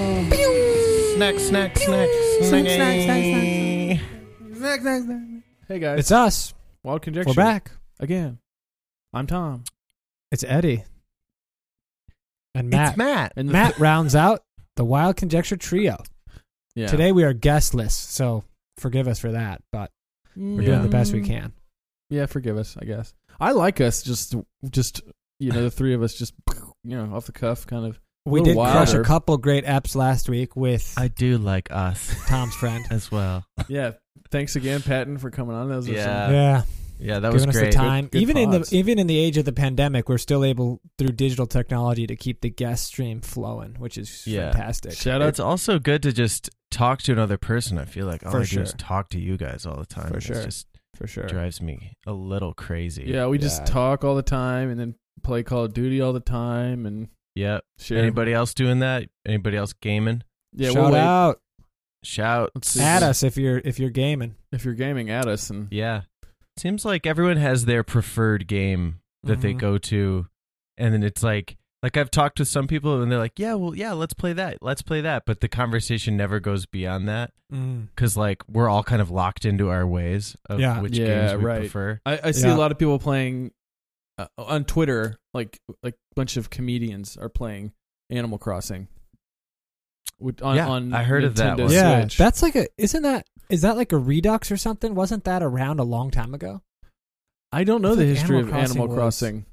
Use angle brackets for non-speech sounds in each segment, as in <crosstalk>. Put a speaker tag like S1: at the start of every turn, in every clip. S1: Snack, snack, snack, snack, snack, snack, snack. Hey guys,
S2: It's us.
S1: Wild Conjecture.
S2: We're back.
S1: again. I'm Tom
S2: It's Eddie <laughs> and Matt.
S1: Matt. And
S2: Matt rounds out the Wild Conjecture Trio.
S1: yeah.
S2: Today we are guestless, so forgive us for that, but we're
S1: yeah.
S2: doing the best we can.
S1: Yeah, forgive us, I guess. I like us just, just you know, the three of us just, you know, off the cuff, kind of.
S2: We
S1: little
S2: did crush a
S1: wilder.
S2: couple great eps last week
S1: <laughs>
S2: with
S3: I do like us
S2: Tom's friend.
S3: as well.
S1: Yeah. Thanks again, Patton, for coming on. Those are
S3: Yeah.
S1: some-
S2: yeah,
S3: Yeah, that was
S2: giving us
S3: great.
S2: the time.
S1: Good- good
S2: even in
S1: pods.
S2: the even in the age of the pandemic, we're still able through digital technology to keep the guest stream flowing, which is
S3: Yeah.
S2: fantastic.
S1: shout out.
S3: It's also good to just talk to another person. I feel like all
S2: For
S3: I do is
S2: sure.
S3: talk to you guys all the time.
S2: For
S3: It
S2: sure.
S3: just
S2: for sure.
S3: drives me a little crazy.
S1: Yeah, we just
S2: Yeah.
S1: talk all the time and then play Call of Duty all the time and
S3: Yep.
S1: share.
S3: Anybody else doing that? Anybody else gaming?
S1: Yeah,
S2: shout
S1: we'll wait.
S2: out
S3: Shout.
S1: Let's see.
S2: at us if you're if you're gaming.
S1: If you're gaming at us and
S3: Yeah. Seems like everyone has their preferred game that they
S2: Mhm.
S3: go to and then it's like like I've talked to some people and they're like, "Yeah, well, yeah, let's play that. Let's play that." But the conversation never goes beyond that
S2: Mm.
S3: cuz like we're all kind of locked into our ways of
S2: Yeah.
S3: which
S1: Yeah,
S3: games we
S1: right.
S3: prefer.
S1: I, I see
S2: Yeah.
S1: a lot of people playing uh, on Twitter. Like like a bunch of comedians are playing Animal Crossing. With- On,
S3: Yeah,
S1: on
S3: I heard of that
S1: Nintendo
S3: one.
S2: Yeah,
S1: Switch.
S2: that's like a isn't that is that like a redux or something? Wasn't that around a long time ago?
S1: I don't know
S2: I
S1: the
S2: think
S1: history
S2: Animal
S1: of
S2: Crossing
S1: Animal
S2: was-
S1: Crossing.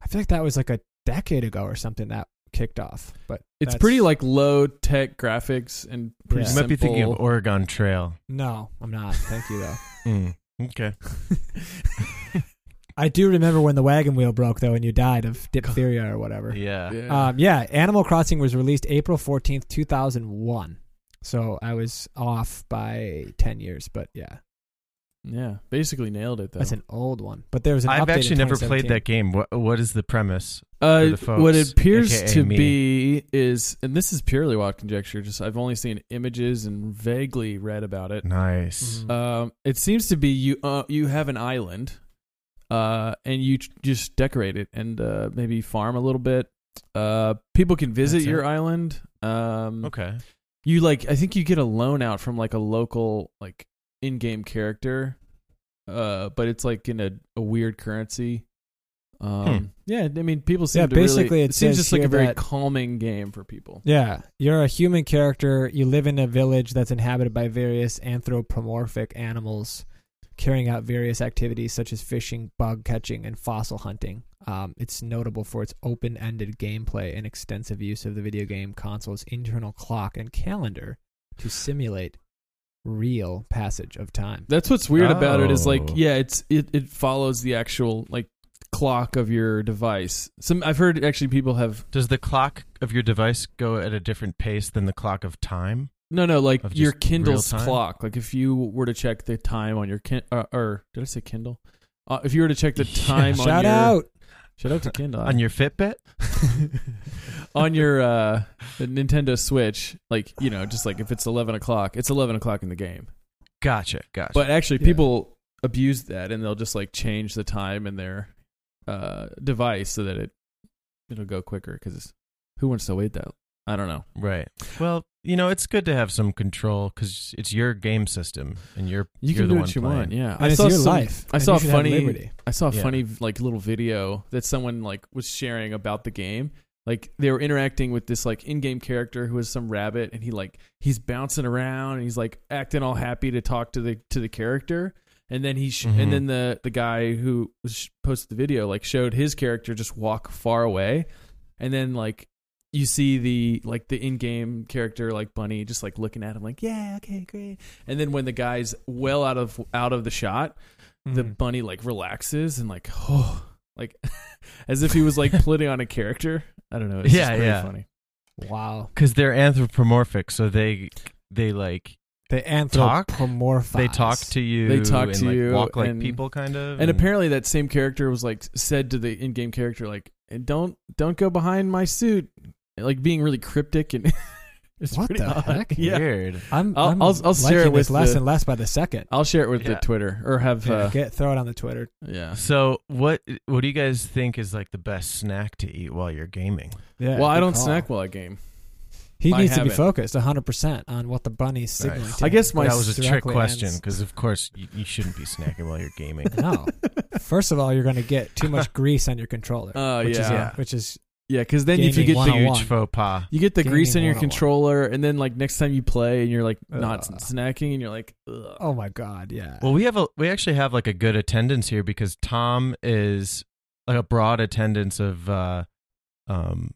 S2: I feel like that was like a decade ago or something that kicked off. But
S1: It's
S2: that's-
S1: pretty like low tech graphics and
S2: Yeah.
S1: pretty
S3: You
S1: simple.
S3: might be thinking of Oregon Trail. Mm.
S2: no, I'm not.
S3: <laughs>
S2: Thank you though.
S3: Okay.
S2: I do remember when the wagon wheel broke though, and you died of diphtheria or whatever.
S3: Yeah.
S1: yeah.
S2: Um, yeah, Animal Crossing was released April 14th, 2001. So I was off by 10 years, but yeah,
S1: yeah, basically nailed it though.
S2: that's an old one. But there was an
S3: I've
S2: update in
S3: actually never played
S2: 2017.
S3: that game. What what is the premise?
S1: Uh,
S3: for the
S1: what it
S3: folks,
S1: appears
S3: aka
S1: to
S3: me.
S1: be is, and this is purely wild conjecture. Just I've only seen images and vaguely read about it.
S3: Nice.
S2: Mhm.
S1: Um, it seems to be you. Uh, you have an island, uh, and you ch- just decorate it and uh, maybe farm a little bit. Uh, people can visit
S3: That's it.
S1: your island. Um,
S3: Okay.
S1: you like I think you get a loan out from like a local like in-game character, uh, but it's like in a, a weird currency. Um,
S3: Hmm.
S1: yeah, I mean, people seem
S2: Yeah,
S1: to really-
S2: basically it
S1: it seems
S2: says
S1: just like a
S2: here
S1: very
S2: that-
S1: calming game for people.
S2: Yeah, you're a human character. You live in a village that's inhabited by various anthropomorphic animals, carrying out various activities such as fishing, bug catching, and fossil hunting. Um, it's notable for its open-ended gameplay and extensive use of the video game console's internal clock and calendar to simulate real passage of time.
S1: That's what's weird about it is like
S3: Oh.
S1: yeah, it's it, it follows the actual like clock of your device. Some I've heard actually people have
S3: Does the clock of your device go at a different pace than the clock of time?
S1: no no like
S3: Of
S1: your
S3: just real
S1: Kindle's
S3: time?
S1: clock. Like if you were to check the time on your kin- uh, or did I say Kindle? Uh, if you were to check the
S3: Yeah.
S1: time on
S2: Shout
S1: your
S2: out!
S1: shout out to Kindle
S3: On your Fitbit?
S1: <laughs> on your uh, the Nintendo Switch, like you know, just like if it's eleven o'clock, it's eleven o'clock in the game.
S3: Gotcha. Gotcha.
S1: But actually,
S2: Yeah.
S1: people abuse that, and they'll just like change the time in their uh, device so that it it'll go quicker. Because who wants to wait that? I don't know.
S3: right. Well, you know, it's good to have some control because it's your game system and you're
S1: You
S3: you're the
S1: can do
S3: one
S1: what you
S3: playing.
S1: want. Yeah,
S2: And it's your life.
S1: I
S2: and
S1: saw
S2: you
S1: a
S2: should have
S1: funny
S2: liberty.
S1: I saw a
S3: Yeah.
S1: funny like little video that someone like was sharing about the game. Like they were interacting with this like in-game character who was some rabbit, and he like he's bouncing around and he's like acting all happy to talk to the to the character. And then he sh-
S3: Mhm.
S1: and then the the guy who was sh- posted the video like showed his character just walk far away, and then like you see the like the in-game character like bunny just like looking at him like yeah okay great and then when the guy's well out of out of the shot the
S2: Mhm.
S1: bunny like relaxes and like <sighs> oh like <laughs> as if he was like putting on a character i don't know it's
S3: Yeah,
S1: just pretty
S3: yeah.
S1: funny
S2: wow,
S3: Because they're anthropomorphic, so they they like
S2: the
S3: Talk?
S2: anthropomorphize.
S3: they talk to you.
S1: They talk
S3: and,
S1: to
S3: like,
S1: you
S3: Walk like
S1: and-
S3: people, kind
S2: Mm.
S3: of.
S1: and apparently that same character was like said to the in-game character like don't don't go behind my suit like being really cryptic and <laughs> It's
S2: What
S1: pretty
S2: the
S1: odd.
S2: heck?
S1: Yeah.
S3: Weird.
S2: I'm,
S1: I'll-
S2: I'm
S1: I'll- I'll share
S2: liking
S1: it with
S2: this less
S1: the-
S2: and less by the second.
S1: I'll share it with the
S3: Yeah.
S1: Twitter or have yeah.
S2: <laughs>
S1: Uh,
S2: Get throw it on the Twitter.
S1: yeah.
S3: So what what do you guys think is like the best snack to eat while you're gaming?
S2: Yeah,
S1: Well, I
S2: good
S1: don't
S2: call.
S1: snack while I game.
S2: He
S1: I
S2: needs to be
S1: haven't.
S2: focused 100 percent on what the bunny's signaling.
S3: Nice.
S2: to
S1: I
S2: him.
S1: guess my
S3: that was a trick
S2: directly
S3: question
S2: ends-
S3: because of course you, you shouldn't be snacking while you're gaming.
S1: <laughs>
S2: <laughs> no. First of all, you're going to get too much grease on your controller,
S1: Uh,
S2: which is
S1: yeah.
S3: yeah.
S2: which is
S1: Yeah, because then if you
S2: Gaming
S1: get
S2: one
S1: the
S2: on
S3: Huge faux pas.
S1: you get the grease in
S2: Gaming Uh.
S1: your
S2: 101.
S1: controller, and then like next time you play, and you're like not
S2: Ugh.
S1: snacking, and you're like, Ugh.
S2: oh my god, yeah.
S3: Well, we have a we actually have like a good attendance here because Tom is like a broad attendance of uh um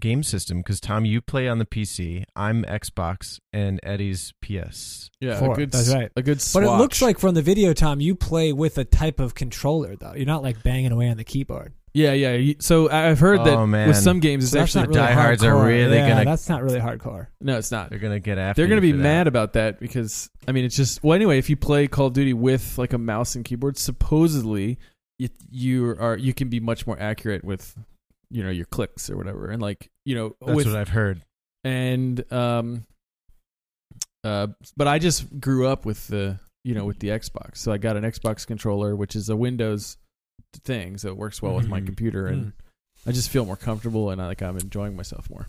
S3: game system because Tom you play on the PC, I'm Xbox and Eddie's PS.
S1: yeah,
S2: Four,
S1: a good,
S2: that's
S1: s-
S2: right.
S1: a good.
S2: but
S1: Swatch.
S2: it looks like from the video, Tom, you play with a type of controller though. You're not like banging away on the keyboard.
S1: yeah, yeah. you- So I- I've heard
S3: Oh,
S1: that
S3: man.
S1: with some games, it's
S2: So that's
S1: actually
S2: not really
S3: diehards are
S2: hardcore.
S3: really
S2: Yeah,
S3: gonna-
S2: That's not really hardcore.
S1: no, it's not.
S3: They're going to get after
S1: They're going to
S3: you
S1: be
S3: for that.
S1: mad about that because I mean, it's just well, anyway. If you play Call of Duty with like a mouse and keyboard, supposedly you, you are you can be much more accurate with you know your clicks or whatever, and like you know
S3: That's
S1: with
S3: what I've heard.
S1: and um uh but I just grew up with the you know with the Xbox. So I got an Xbox controller which is a Windows thing, so it works well with my
S3: Mhm.
S1: computer and
S2: Mm.
S1: I just feel more comfortable and I, like I'm enjoying myself more.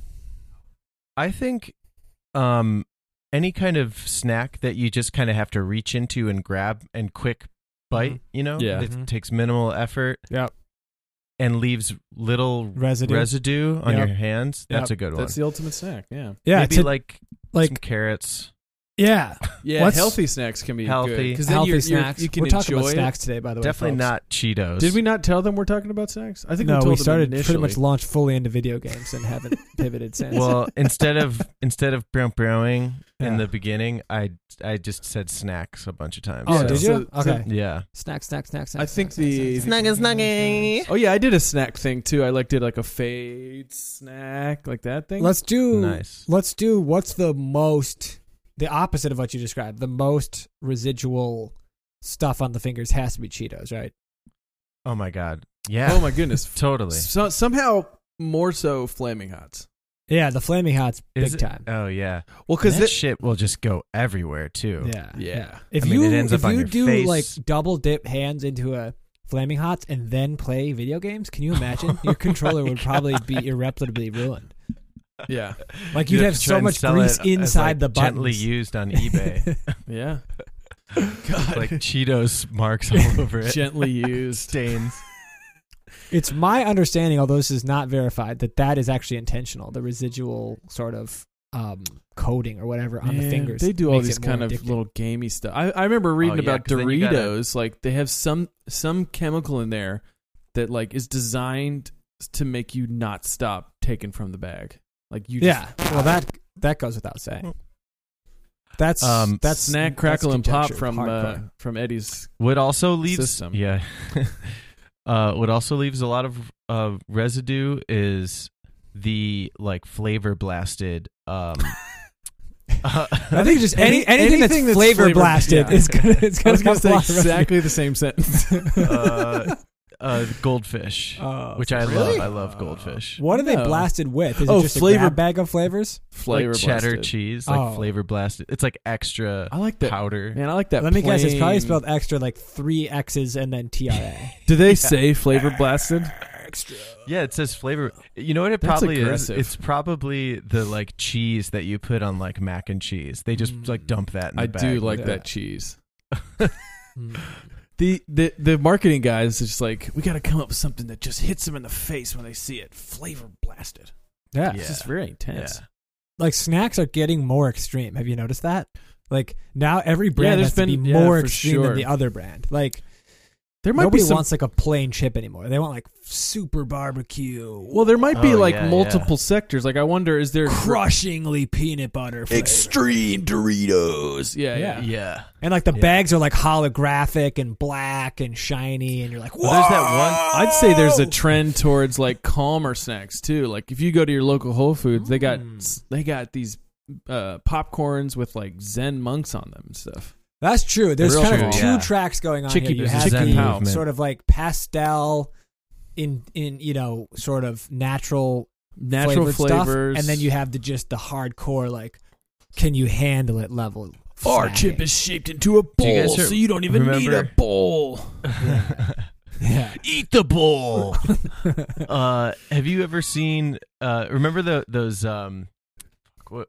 S3: I think um any kind of snack that you just kind of have to reach into and grab and quick bite,
S2: Mhm.
S3: you know,
S1: Yeah.
S3: it
S2: Mhm.
S3: takes minimal effort.
S2: Yep.
S3: And leaves little
S2: Residue.
S3: residue, on
S2: Yep.
S3: your hands. That's
S2: Yep.
S3: a good one.
S1: That's the ultimate snack, yeah.
S2: yeah,
S3: Maybe
S2: to-
S3: like
S2: like-
S3: some carrots.
S2: yeah.
S1: Yeah,
S2: What's-
S1: healthy snacks can be
S3: Healthy.
S1: good, 'cause then
S2: Healthy
S1: you're- you're-
S2: snacks.
S1: you can
S2: we're talking about
S1: enjoy it.
S2: snacks today, by the way.
S3: Definitely
S2: folks.
S3: not Cheetos.
S2: <laughs>
S1: Did we not tell them we're talking about snacks? I think
S2: no,
S1: we, told
S2: we
S1: them
S2: started pretty
S1: initially.
S2: much launched fully into video games and <laughs> haven't pivoted since.
S3: Well, instead of instead of brown browing
S2: Yeah.
S3: in the beginning, I I just said snacks a bunch of times.
S2: oh,
S1: so-
S2: did you?
S1: so- so-
S2: okay.
S3: Yeah.
S2: Snack, snack, snack, snack.
S1: I think
S2: snack,
S1: the-
S2: snack, snack, snack, snack, snack.
S1: Oh yeah, I did a snack thing too. I like did like a fade snack, like that thing.
S2: Let's do.
S3: Nice.
S2: Let's do. What's the most? The opposite of what you described. The most residual stuff on the fingers has to be Cheetos, right?
S3: Oh my god. Yeah.
S1: oh my goodness.
S3: Totally.
S1: so, somehow more so flaming hots.
S2: Yeah, the flaming hot's big
S3: Is it-
S2: time.
S3: Oh yeah.
S1: Well,
S3: Because
S1: because
S3: that shit will just go everywhere too.
S2: yeah,
S1: yeah.
S2: If
S3: Oh, I mean,
S2: you
S3: it ends
S2: if
S3: up on
S2: you
S3: your
S2: do
S3: face.
S2: like double dip hands into a flaming hot and then play video games, can you imagine? Your controller would probably
S3: <laughs>
S2: be irreparably ruined.
S1: yeah,
S2: Like you'd
S3: You
S2: have
S3: to
S2: so
S3: try and
S2: much
S3: sell
S2: grease
S3: it as,
S2: inside
S3: like,
S2: the
S3: Gently
S2: buttons.
S3: used on
S2: <laughs>
S3: eBay.
S1: yeah,
S3: It's
S1: God,
S3: like Cheetos marks
S2: <laughs>
S3: all over it.
S1: <laughs> gently used.
S3: Stains.
S2: It's my understanding, although this is not verified, that that is actually intentional. The residual sort of um, coating or whatever on the
S1: Man,
S2: fingers.
S1: they do all
S2: makes
S1: these
S2: it more
S1: kind of
S2: addictive.
S1: little gamey stuff. I, I remember reading
S3: yeah,
S1: about
S3: 'cause then you gotta-
S1: Doritos. Like they have some some chemical in there that like is designed to make you not stop taking from the bag. Like you,
S2: Yeah.
S1: just,
S2: Well, that that goes without saying. That's
S3: Um,
S2: that's
S1: snack
S2: that's
S1: crackle and pop
S2: conjecture,
S1: from uh,
S2: hardcore.
S3: <laughs>
S1: from Eddie's.
S3: Would also leaves
S1: System.
S3: Yeah. <laughs> uh, what also leaves a lot of uh, residue is the like flavor blasted.
S2: <laughs>
S3: Um, uh,
S2: I think just any,
S1: Any-
S2: anything, that's
S1: anything that's
S2: flavor
S1: flavor-
S2: blasted
S1: yeah.
S2: is gonna it's
S1: <laughs> I
S2: gonna
S1: was gonna
S2: have a
S1: say
S2: lot of residue.
S1: exactly the same
S3: <laughs>
S1: sentence.
S3: uh, uh, goldfish,
S2: Oh,
S3: which I
S1: Really?
S3: love. I love goldfish.
S2: What are they
S1: No.
S2: blasted with? Is
S1: Oh,
S2: it just a
S1: flavor-
S2: grab bag of flavors?
S1: Flavor
S3: like cheddar
S1: blasted.
S3: cheese, like
S2: Oh.
S3: flavor blasted. It's like extra
S1: I like that.
S3: powder.
S1: Man, I like that.
S2: Let me guess. It's probably
S1: plain-
S2: spelled extra like three X's and then T R
S1: <laughs>
S2: A.
S1: Do they say flavor <laughs> blasted?
S2: extra.
S3: Yeah, it says flavor. You know what it
S1: That's
S3: probably
S1: aggressive.
S3: is? It's probably the like cheese that you put on like mac and cheese. They just
S2: Mm.
S3: like dump that in the
S1: I
S3: bag.
S1: do like
S3: <laughs>
S2: Yeah.
S1: that cheese. The, the the marketing guys is just like we got to come up with something that just hits them in the face when they see it. Flavor blasted.
S2: Yeah.
S1: This is very intense.
S3: Yeah.
S2: Like snacks are getting more extreme. Have you noticed that? Like now every brand
S1: there's
S2: has to be
S1: been- yeah,
S2: more
S1: for
S2: extreme
S1: sure.
S2: than the other brand. Like
S1: There might
S2: nobody
S1: be some.
S2: wants like a plain chip anymore. They want like super barbecue.
S1: well, there might be
S3: Oh,
S1: like
S3: yeah,
S1: multiple sectors. Like I wonder, is there
S2: crushingly peanut butter. Flavor.
S1: extreme Doritos? Yeah, yeah.
S2: Yeah.
S3: Yeah.
S2: And like the
S3: Yeah.
S2: bags are like holographic and black and shiny, and you're like, whoa.
S3: Well, there's that
S1: I'd say there's a trend towards like calmer snacks too. Like if you go to your local Whole Foods, they got
S2: Mm.
S1: they got these uh, popcorns with like Zen monks on them and stuff.
S2: That's true. There's
S1: Real
S2: kind of
S1: true,
S2: two
S3: yeah.
S2: tracks going on
S1: Chicky-
S2: here. You
S1: there's
S3: a
S2: have
S3: Zen
S2: the
S1: movement.
S2: sort of like pastel, in in you know sort of natural
S1: natural
S2: flavored stuff,
S1: flavors,
S2: and then you have the just the hardcore like, can you handle it level?
S1: Our
S2: snacking.
S1: chip is shaped into a
S3: you
S1: bowl,
S3: guys re-
S1: so you don't even need a
S3: remember-
S1: bowl.
S2: <laughs>
S3: <laughs>
S2: yeah.
S3: Eat the bowl. Oh. uh, have you ever seen? Uh, remember the those um, fuck, what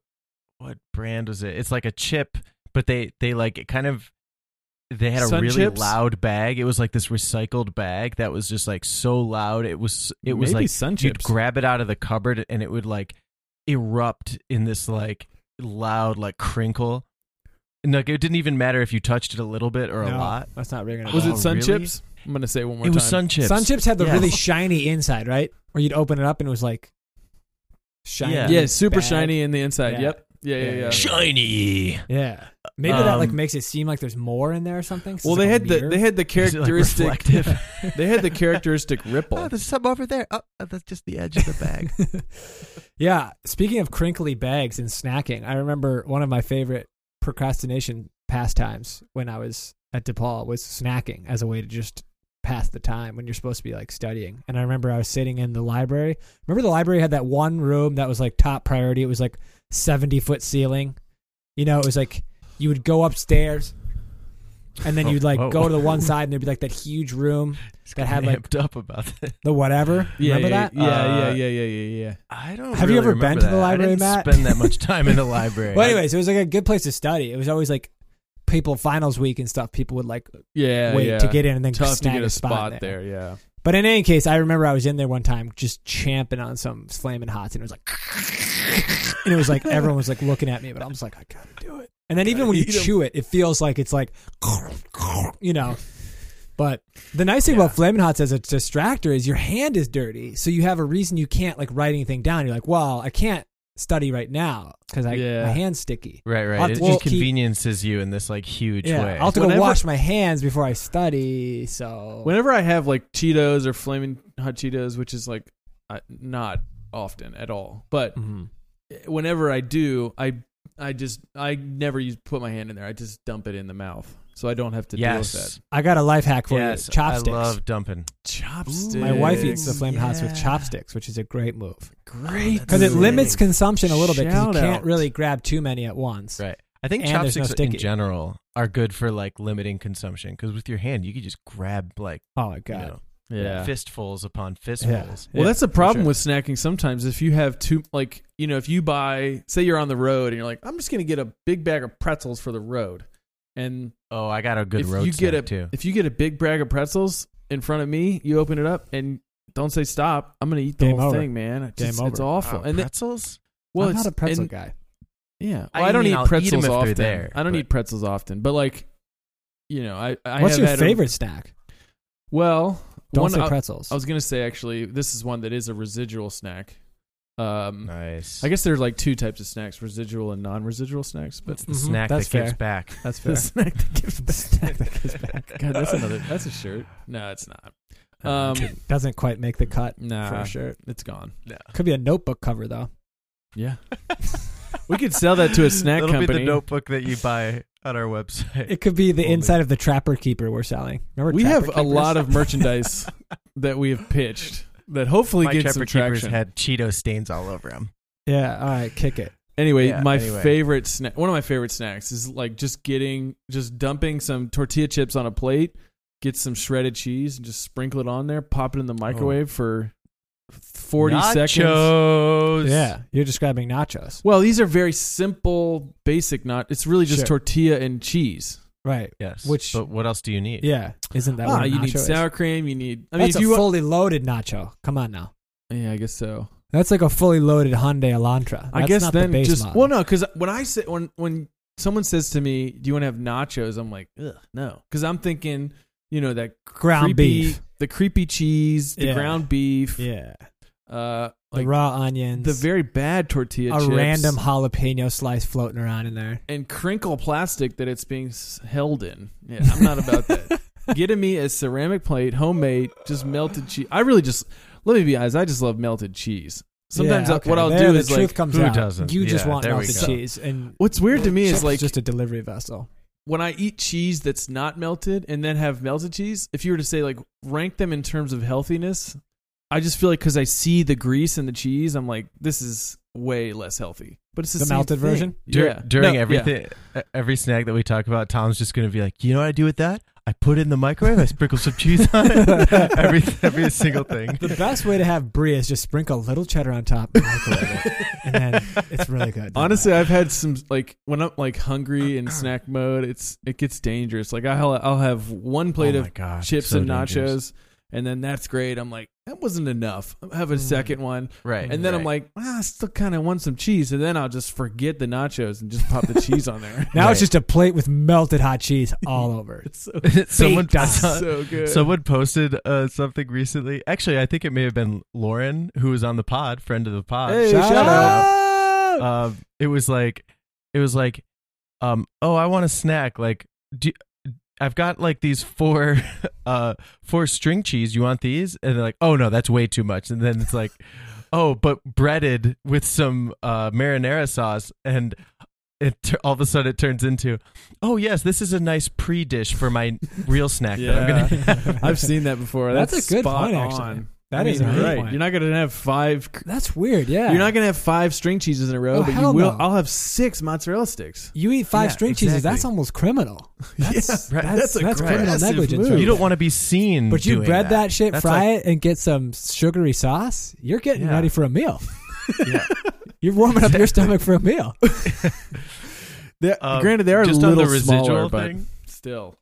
S3: what brand was it? It's like a chip, but they they like it kind of they had a
S1: Sun
S3: really
S1: chips?
S3: loud bag. It was like this recycled bag that was just like so loud. It was it was
S1: Maybe
S3: like
S1: sun
S3: you'd
S1: chips.
S3: grab it out of the cupboard and it would like erupt in this like loud like crinkle. And like it didn't even matter if you touched it a little bit or a
S2: No,
S3: lot.
S2: That's not ringing. at
S1: was
S2: all.
S1: it
S3: Oh,
S1: sun
S3: really?
S1: chips? I'm gonna say it one more
S3: It
S1: time.
S3: was sun chips.
S2: Sun chips had the
S3: Yes.
S2: really shiny inside, right? Where you'd open it up and it was like shiny.
S3: Yeah.
S1: Yeah, super
S2: bag.
S1: shiny in the inside.
S2: Yeah.
S1: Yep. Yeah, yeah,
S2: Yeah, yeah,
S1: yeah.
S2: yeah.
S3: Shiny. <laughs>
S2: Yeah. Maybe that like
S3: Um,
S2: makes it seem like there's more in there or something. 'cause
S1: Well,
S2: it's
S1: they
S2: like a
S1: had the
S2: mirror.
S1: they had the
S3: Is it, like,
S1: characteristic
S3: reflective?
S1: <laughs> they had
S3: <laughs>
S1: the characteristic ripple.
S3: there's some over there. Oh, that's just the edge of the
S2: <laughs>
S3: bag.
S2: yeah. Speaking of crinkly bags and snacking, I remember one of my favorite procrastination pastimes when I was at DePaul was snacking as a way to just pass the time when you're supposed to be like studying. And I remember I was sitting in the library. Remember the library had that one room that was like top priority. It was like 70 foot ceiling. You know, it was like you would go upstairs and
S1: Oh,
S2: then you'd like
S3: Whoa.
S2: go to the one side and there'd be like that huge room,
S3: that
S2: That
S3: had
S2: had, like-
S3: amped up about that.
S2: the whatever.
S1: <laughs> yeah,
S2: remember
S1: yeah,
S2: that?
S1: Yeah, yeah,
S3: Uh,
S1: yeah, yeah, yeah, yeah.
S3: I don't.
S2: Have you
S3: really
S2: ever been
S3: remember
S2: to the
S3: that. I
S2: library,
S3: didn't
S2: Matt?
S3: Spend that much time in the library.
S2: Well, anyways, it was like a good place to study. It was always like people finals week and stuff. People would like
S1: Yeah,
S2: wait
S1: yeah.
S2: to get in and then
S1: tough to
S2: snag
S1: get a spot
S2: in
S1: there. Yeah.
S2: But in any case, I remember I was in there one time just champing on some flaming hots, and it was like, and it was like <laughs> everyone was like looking at me, but I'm just like, I gotta do it. And then even when you
S1: eat 'em.
S2: chew it, it feels like it's like, <laughs> you know. But the nice thing about flaming hots as a distractor is your hand is dirty, so you have a reason you can't like write anything down. You're like, well, I can't study right now because I
S1: Yeah.
S2: my hand's sticky.
S3: right,
S2: I'll
S3: right. It
S2: just keep-
S3: inconveniences you in this like huge
S2: yeah,
S3: way.
S2: I'll have to
S1: Whenever-
S2: go wash my hands before I study. So
S1: Whenever I have like Cheetos or flaming hot Cheetos, which is like uh, not often at all, but
S2: Mhm.
S1: whenever I do, I I just I never use put my hand in there. I just dump it in the mouth, so I don't have to deal
S3: yes,
S1: with that.
S2: I got a life hack for
S3: yes.
S2: you: chopsticks.
S3: I love dumping.
S1: Chopsticks.
S2: my wife eats the
S3: Chopsticks,
S2: flame hots with
S3: yeah.
S2: chopsticks, which is a great move
S1: Great,
S2: because it
S1: Ooh.
S2: limits consumption a little bit. Because you
S1: Shout
S2: can't
S1: out.
S2: really grab too many at once.
S3: Right. I think
S2: And there's no
S3: chopsticks in
S2: sticky.
S3: general are good for like limiting consumption because with your hand you could just grab like
S2: Oh my god!
S3: you know,
S1: Yeah.
S3: fistfuls upon
S2: Yeah.
S3: fistfuls.
S1: Well,
S2: Yeah,
S1: that's the
S2: for
S1: problem
S2: sure.
S1: with snacking. Sometimes if you have two, like you know, if you buy, say you're on the road and you're like, I'm just gonna get a big bag of pretzels for the road, and
S3: Oh, I got a good
S1: if
S3: road
S1: you get a
S3: snack, too.
S1: if you get a big bag of pretzels in front of me, you open it up and don't say stop. I'm gonna eat the
S2: Game
S1: whole
S2: over.
S1: thing, man. It's,
S2: Game
S1: just- it's
S2: over.
S1: awful.
S3: Oh,
S1: and then,
S3: pretzels?
S1: well,
S2: I'm
S1: it's,
S2: not a pretzel
S1: and-
S2: guy.
S1: Yeah,
S3: I
S1: well, I, don't
S3: mean,
S1: eat
S3: I'll eat 'em
S1: pretzels
S3: if they're
S1: often.
S3: there,
S1: I don't
S3: but-
S1: eat pretzels often, but like, you know, I, I
S2: What's
S1: have
S2: your
S1: had a-
S2: favorite snack?
S1: well,
S2: Don't
S1: one,
S2: say
S1: I,
S2: pretzels.
S1: I was gonna say actually, this is one that is a residual snack. Um,
S3: Nice.
S1: I guess there's like two types of snacks: residual and non-residual snacks. But
S3: that's the
S2: Mhm,
S3: snack
S2: that's
S3: that gives
S2: fair. <laughs>
S3: back.
S2: that's
S1: Mm-hmm. <laughs>
S2: fair.
S1: the snack that gives
S2: The snack that
S1: <laughs>
S2: gives
S3: <laughs>
S2: back.
S1: God, that's another. That's a shirt. No, it's not. Um,
S2: Doesn't quite make the cut for
S1: Nah,
S2: a shirt.
S1: it's gone.
S2: Could be a notebook cover though.
S1: Yeah, we could sell that to a snack
S3: That'll
S1: company.
S3: be the notebook that you buy on our website.
S2: It could be the
S3: Only-
S2: inside of the Trapper Keeper we're selling. Remember,
S1: we have
S2: Trapper
S1: a
S2: Keepers?
S1: lot
S3: <laughs>
S1: of merchandise that we have pitched that hopefully
S3: My
S1: gets
S3: Trapper
S1: some
S3: Keepers
S1: traction.
S3: had Cheeto stains all over them.
S2: Yeah. All right, kick it.
S1: Anyway,
S3: Yeah,
S1: my
S3: anyway.
S1: favorite snack, one of my favorite snacks is like just getting, just dumping some tortilla chips on a plate, get some shredded cheese and just sprinkle it on there, pop it in the
S2: Oh.
S1: microwave for 40 seconds.
S3: Nachos.
S2: Yeah, you're describing nachos,
S1: Well, these are very simple, basic, not, it's really just
S2: Sure.
S1: tortilla and cheese.
S2: right?
S3: Yes.
S2: Which-
S3: But what else do you need?
S2: Yeah, isn't that?
S1: Ah,
S2: what a
S1: you
S2: nacho
S1: need
S2: is?
S1: sour cream, you need, I mean,
S2: That's
S1: if you
S2: a
S1: want,
S2: fully loaded nacho. Come on now.
S1: yeah, I guess so.
S2: That's like a fully loaded Hyundai Elantra.
S1: I
S2: That's
S1: guess
S2: not
S1: then
S2: the base
S1: just,
S2: model.
S1: well, no, because when I say, when, when, Someone says to me, "Do you want to have nachos?" I'm like, "Ugh, no," because I'm thinking, you know, that
S2: ground
S1: creepy,
S2: beef.
S1: the creepy cheese, the
S2: Yeah.
S1: ground beef,
S2: Yeah,
S1: uh,
S2: the
S1: like the,
S2: raw onions.
S1: very bad tortilla
S2: a
S1: chips,
S2: random jalapeno slice floating around in there.
S1: and crinkle plastic that it's being s- held in. Yeah, I'm not about
S2: <laughs>
S1: that. Getting me a ceramic plate, homemade, just melted cheese. I really just let me be honest. I just love melted cheese. Sometimes
S2: Yeah,
S1: I-
S2: okay.
S1: what I'll
S2: There
S1: do
S2: the
S1: is
S2: truth
S1: like.
S2: comes
S3: Who
S2: out.
S3: doesn't?
S2: You just
S3: Yeah,
S2: want
S3: there we
S2: melted
S3: go.
S2: cheese, and
S1: What's weird to me
S2: chips
S1: is like
S2: just a delivery
S1: <laughs>
S2: vessel.
S1: when I eat cheese that's not melted and then have melted cheese. If you were to say like rank them in terms of healthiness, I just feel like because I see the grease and the cheese, I'm like, this is way less healthy. But it's the,
S2: The
S1: same
S2: melted
S1: thing.
S2: version?
S3: Dur-
S1: yeah.
S3: During
S1: No, yeah.
S3: everything, e- every snack that we talk about, Tom's just going to be like, you know what I do with that? I put it in the microwave. I sprinkle some cheese on it. <laughs> every every single thing.
S2: The best way to have brie is just sprinkle a little cheddar on top, microwave it, and then it's really good.
S1: Honestly, I've had some like when I'm like hungry
S3: <clears throat>
S1: in snack mode, it's it gets dangerous. Like I'll I'll have one <laughs> plate
S3: Oh
S1: of
S3: my God,
S1: chips
S3: so
S1: and nachos,
S3: dangerous.
S1: and then that's great. I'm like, that wasn't enough. I'll have a
S2: Mm.
S1: second one,
S3: Right.
S1: and then I'm
S3: right.
S1: like, ah, I still kind of want some cheese, and then I'll just forget the nachos and just
S2: <laughs>
S1: pop the cheese on there.
S2: now
S3: Right.
S2: it's just a plate with melted hot cheese all
S3: <laughs>
S2: over.
S1: <laughs> It's so, <laughs>
S3: someone,
S2: baked us.
S3: so-
S1: so good.
S3: someone posted uh, something recently. Actually, I think it may have been Lauren, who was on the pod, friend of the pod.
S1: Hey, shout
S3: out.
S2: out.
S3: um, it was like it was like um oh i want a snack like do i've got like these four <laughs> uh four string cheese you want these and they're like oh no that's way too much and then it's
S1: <laughs>
S3: like oh but breaded with some uh marinara sauce and it tur- all of a sudden it turns into oh yes this is a nice pre dish for my real snack that i'm
S1: Yeah.
S3: gonna
S1: <laughs> I've seen that before.
S2: Uh, That's
S1: That's,
S2: a good
S1: spot
S2: point,
S1: on.
S2: actually.
S1: I
S2: <laughs> That is
S1: mean,
S2: a good
S1: right.
S2: point.
S1: You're not gonna have five.
S2: That's weird. Yeah,
S1: You're not gonna have five string cheeses in a row,
S2: Oh,
S1: but you
S2: hell
S1: will.
S2: no.
S1: I'll have six mozzarella sticks.
S2: You eat five
S1: Yeah,
S2: string cheeses.
S1: exactly.
S2: That's
S3: <laughs>
S2: almost criminal. That's,
S3: right.
S2: that's,
S1: That's a
S2: that's
S1: great-
S2: criminal
S1: aggressive
S2: negligence.
S3: <laughs>
S1: move.
S3: you don't want to be seen
S2: But you
S3: doing
S2: bread that, shit,
S3: That's
S2: fry it, and get some sugary sauce. You're getting
S3: Yeah.
S2: ready for a meal.
S3: <laughs> Yeah.
S2: <laughs> You're warming up your stomach for
S3: <laughs>
S2: a meal.
S1: They're-
S3: Um,
S2: uh,
S1: granted, they are
S3: just
S1: a little
S3: on the residual
S1: smaller,
S3: thing
S1: but still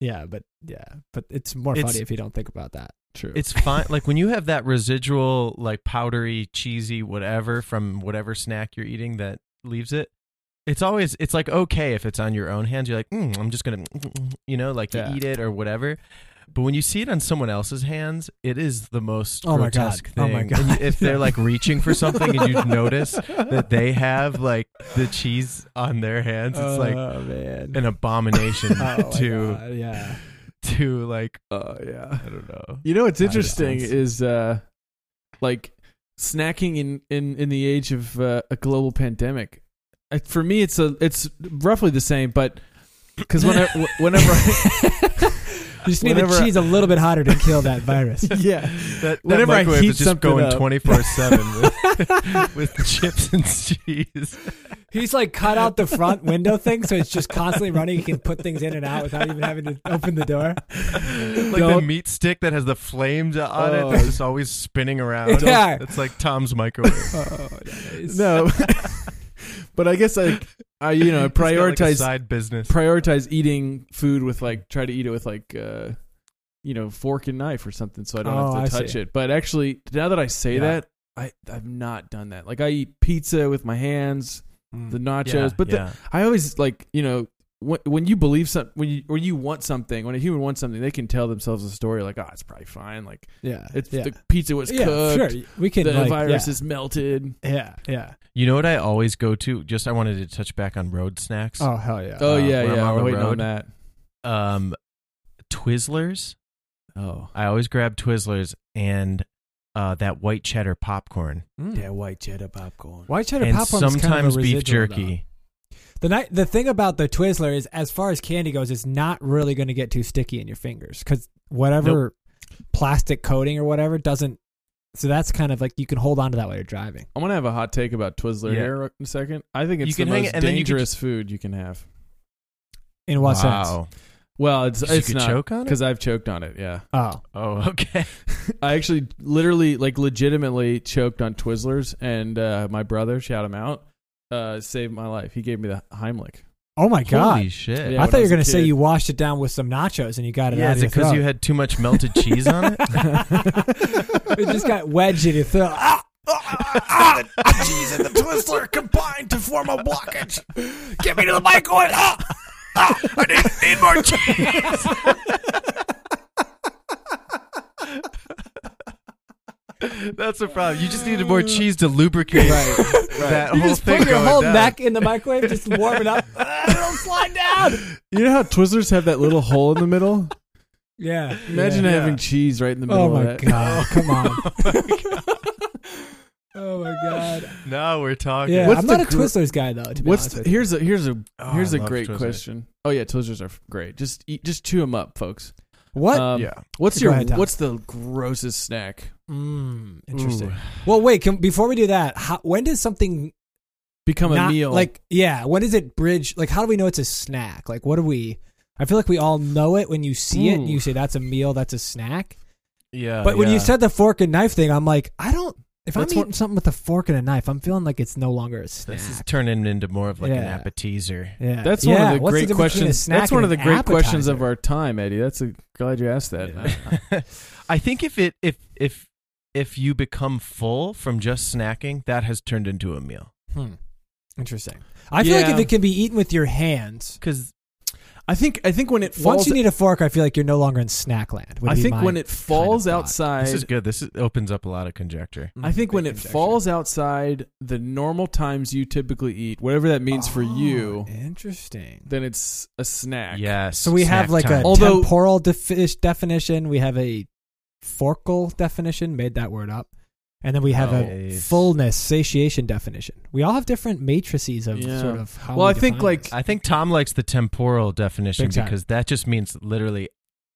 S2: Yeah, but yeah, but it's more
S3: It's-
S2: funny if you don't think about that.
S1: true.
S3: It's fine. like when you have that residual, like powdery, cheesy, whatever from whatever snack you're eating that leaves it. It's always it's like okay if it's on your own hands. You're like, mm, I'm just gonna, <clears throat> you know, like
S1: Yeah.
S3: you eat it or whatever. But when you see it on someone else's hands, it is the most
S2: Oh my God.
S3: grotesque
S2: Oh my
S3: thing. And
S2: God.
S3: you- if they're like reaching <laughs> for something and you
S2: <laughs>
S3: notice that they have like the cheese on their hands, it's like
S2: oh man,
S3: an abomination
S2: <laughs> Oh, my
S3: to
S2: God, yeah.
S3: to like
S1: oh yeah.
S3: I don't know.
S1: You know what's
S2: That makes
S1: interesting
S2: sense.
S1: is uh like snacking in in in the age of uh, a global pandemic. Uh, For me it's a it's roughly the same but cuz when I, <laughs> wh- whenever I,
S2: <laughs> You just need the
S1: Whenever I-
S2: cheese a little bit hotter to kill that virus.
S1: <laughs> yeah
S3: That, that
S1: Whenever I
S3: microwave
S1: heat
S3: is just
S1: something
S3: going
S1: up-
S3: twenty four
S1: <laughs>
S3: seven with chips and cheese.
S2: <laughs> He's like cut out the front window thing, so it's just constantly running. You can put things in and out without even having to open the door.
S3: like the
S1: Don't-
S3: meat stick that has the flames on
S1: Oh.
S3: it that's just always spinning around.
S2: Yeah.
S3: It's like Tom's microwave.
S2: Oh,
S1: no <laughs> but I guess I I you <laughs>
S3: <laughs>
S1: know I
S3: He's got, like, a
S1: prioritize
S3: side business.
S1: prioritize eating food with like try to eat it with like uh you know fork and knife or something so i don't
S2: Oh, I
S1: have to touch
S2: see.
S1: it but actually now that i say
S3: Yeah.
S1: that i i've not done that like i eat pizza with my hands the nachos but the,
S3: Mm. yeah.
S1: i always like you know when, when you believe some when you when you want something when a human wants something they can tell themselves a story like oh it's probably fine like
S2: yeah,
S1: it's
S2: yeah.
S1: the pizza was
S2: yeah,
S1: cooked
S2: sure. We can
S1: the
S2: like,
S1: virus
S2: yeah.
S1: is melted
S2: yeah, yeah.
S3: you know what I always go to? Just I wanted to touch back on road snacks.
S2: Oh hell yeah.
S1: oh
S3: Uh,
S1: yeah
S3: when I'm
S1: yeah
S3: on
S1: we're
S3: the
S1: waiting on
S3: road.
S1: that
S3: Um, Twizzlers.
S1: oh
S3: I always grab Twizzlers and uh, that white cheddar popcorn
S2: Mm.
S1: white cheddar popcorn
S2: White cheddar
S3: and
S2: popcorn is
S3: sometimes
S2: kind of a
S3: beef
S2: residual,
S3: jerky.
S2: though. The night, the thing about the Twizzler is, as far as candy goes, it's not really going to get too sticky in your fingers because whatever plastic coating or whatever doesn't. So that's kind of like you can hold on to that while you're driving.
S1: I'm gonna have a hot take about Twizzler
S3: Yeah.
S1: here in a second. I think it's
S3: You can
S1: the
S3: hang
S1: most
S3: it, and then you could
S1: dangerous food you can have.
S2: In what sense?
S3: wow.
S1: Well, it's
S3: You
S1: it's
S3: could
S1: not
S3: choke on it.
S1: because I've choked on it. Yeah,
S2: Oh,
S3: Oh, <laughs> okay.
S1: I actually literally like legitimately choked on Twizzlers, and uh, my brother, shout him out, uh, saved my life. He gave me the Heimlich.
S2: oh my
S3: Holy
S2: god!
S3: shit!
S1: Yeah,
S2: I thought
S1: when I
S2: you were
S1: was
S2: going
S1: a
S2: to say
S1: kid.
S2: you washed it down with some nachos and you got it
S3: Yeah,
S2: out
S3: is
S2: of
S3: it because you
S2: your
S3: had too much melted cheese on
S2: <laughs>
S3: it?
S2: throat. it just got wedged in your throat.
S1: <laughs>
S2: Ah!
S3: cheese and Ah! the Twizzler combined to form a blockage.
S2: Get me to the microwave! Ah!
S3: I need, more cheese. That's the problem. You just needed more cheese to lubricate that
S2: You
S3: whole
S2: just
S3: thing.
S2: put your
S3: going
S2: whole
S3: down.
S2: neck in the microwave, just warm it
S1: <laughs>
S2: up. Ah, It'll slide down.
S1: You know how Twizzlers have that little hole in the <laughs> middle?
S2: Yeah.
S1: Imagine
S3: Yeah.
S1: having cheese right in the middle.
S2: Oh my
S1: of that. <laughs>
S2: god! Come on. oh my god.
S3: <laughs> Now we're talking.
S2: Yeah,
S1: What's
S2: I'm not a
S1: the gr-
S2: Twizzlers guy though. <laughs> To be
S1: What's
S2: honest
S1: the,
S2: with you.
S1: here's a here's a
S3: Oh,
S1: here's
S3: I
S1: a
S3: love
S1: great
S3: Twizzlers.
S1: question. Oh yeah, Twizzlers are f- great. Just eat, just chew them up, folks.
S2: What?
S1: Um,
S3: yeah.
S1: What's
S2: Go
S1: your
S2: ahead, Tom.
S1: what's the grossest snack?
S2: mm, interesting.
S3: Ooh.
S2: Well, wait. Can, before we do that, how, when does something
S1: Become a
S2: not-
S1: meal.
S2: Like, yeah, what is it bridge? Like, how do we know it's a snack? Like, what do we? I feel like we all know it when you see it.
S1: Ooh.
S2: And you say that's a meal, that's a snack.
S3: Yeah.
S2: But when
S3: yeah.
S2: you said the fork and knife thing, I'm like, I don't. If I'm
S1: Uh, That's
S2: eating
S1: what-
S2: something with a fork and a knife, I'm feeling like it's no longer a snack.
S3: this is turning into more of like
S2: Yeah.
S3: an appetizer.
S2: yeah,
S1: that's
S2: yeah.
S1: one of the
S2: what's difference
S1: great
S2: between a
S1: questions.
S2: snack
S1: That's one
S2: and
S1: of the
S2: an
S1: great questions of
S2: appetizer?
S1: our time, Eddie. That's a glad you asked that. I-
S3: <laughs> I think if it if if if you become full from just snacking, that has turned into a meal.
S2: Hmm. Interesting. I feel like
S1: Yeah.
S2: if it can be eaten with your hands,
S3: Because
S1: <laughs> I think I think when it
S2: once
S1: falls
S2: you need a fork, I feel like you're no longer in snack land. would
S1: I
S2: be
S1: think
S2: my
S1: when it falls
S2: thought. Hmm,
S1: outside
S3: this is good. This is, opens up a lot of conjecture.
S1: I think when
S2: big
S1: it
S2: injection.
S1: falls outside the normal times you typically eat, whatever that means for you,
S2: Oh, Interesting.
S1: then it's a snack.
S3: Yes.
S2: So we have
S3: snack
S2: like
S3: time.
S2: a
S1: Although-
S2: temporal defi- definition. We have a forkal definition. Made that word up. And then we have
S1: Oh,
S2: a
S3: Nice.
S2: fullness, satiation definition. We all have different matrices of
S1: Yeah.
S2: sort of how.
S1: Well,
S2: we
S1: I think,
S2: define
S3: <laughs>
S1: like,
S2: this.
S3: I think Tom likes the temporal definition
S2: Big time.
S3: because that just means literally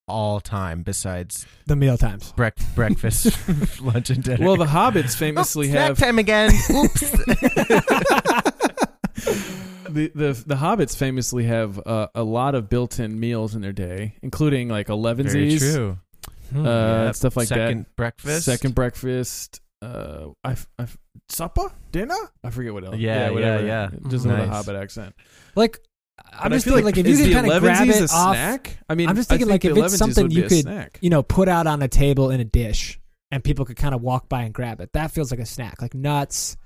S3: all time besides
S2: the meal times.
S3: brec- <laughs>
S2: <laughs>
S1: Hmm.
S3: breakfast, lunch, and dinner. <laughs>
S1: Well, the hobbits famously have
S3: time <laughs> again. Oops.
S1: <laughs> the, the the hobbits famously have uh, a lot of built-in meals in their day, including like
S3: Very
S1: elevensies,
S3: true.
S2: Hmm.
S1: Uh, and stuff like that.
S3: Second breakfast.
S1: second breakfast, uh, I, f- I f- supper, dinner. I forget what else.
S3: Yeah, yeah,
S1: whatever.
S3: yeah.
S1: Just
S2: Mhm.
S1: another
S3: Nice.
S1: hobbit accent.
S2: like
S1: But
S2: I'm
S1: I
S2: just
S1: feel
S2: thinking, like, if you
S1: is
S2: can
S1: the
S2: kind of grab
S1: 11sies
S2: it
S1: a
S2: off,
S1: snack? I mean,
S2: I'm just thinking,
S1: I think
S2: like,
S1: the
S2: if it's
S1: 11sies
S2: something
S1: would
S2: you
S1: be a
S2: could-
S1: snack.
S2: you know, put out on a table in a dish, and people could kind of walk by and grab it. That feels like a snack, like nuts,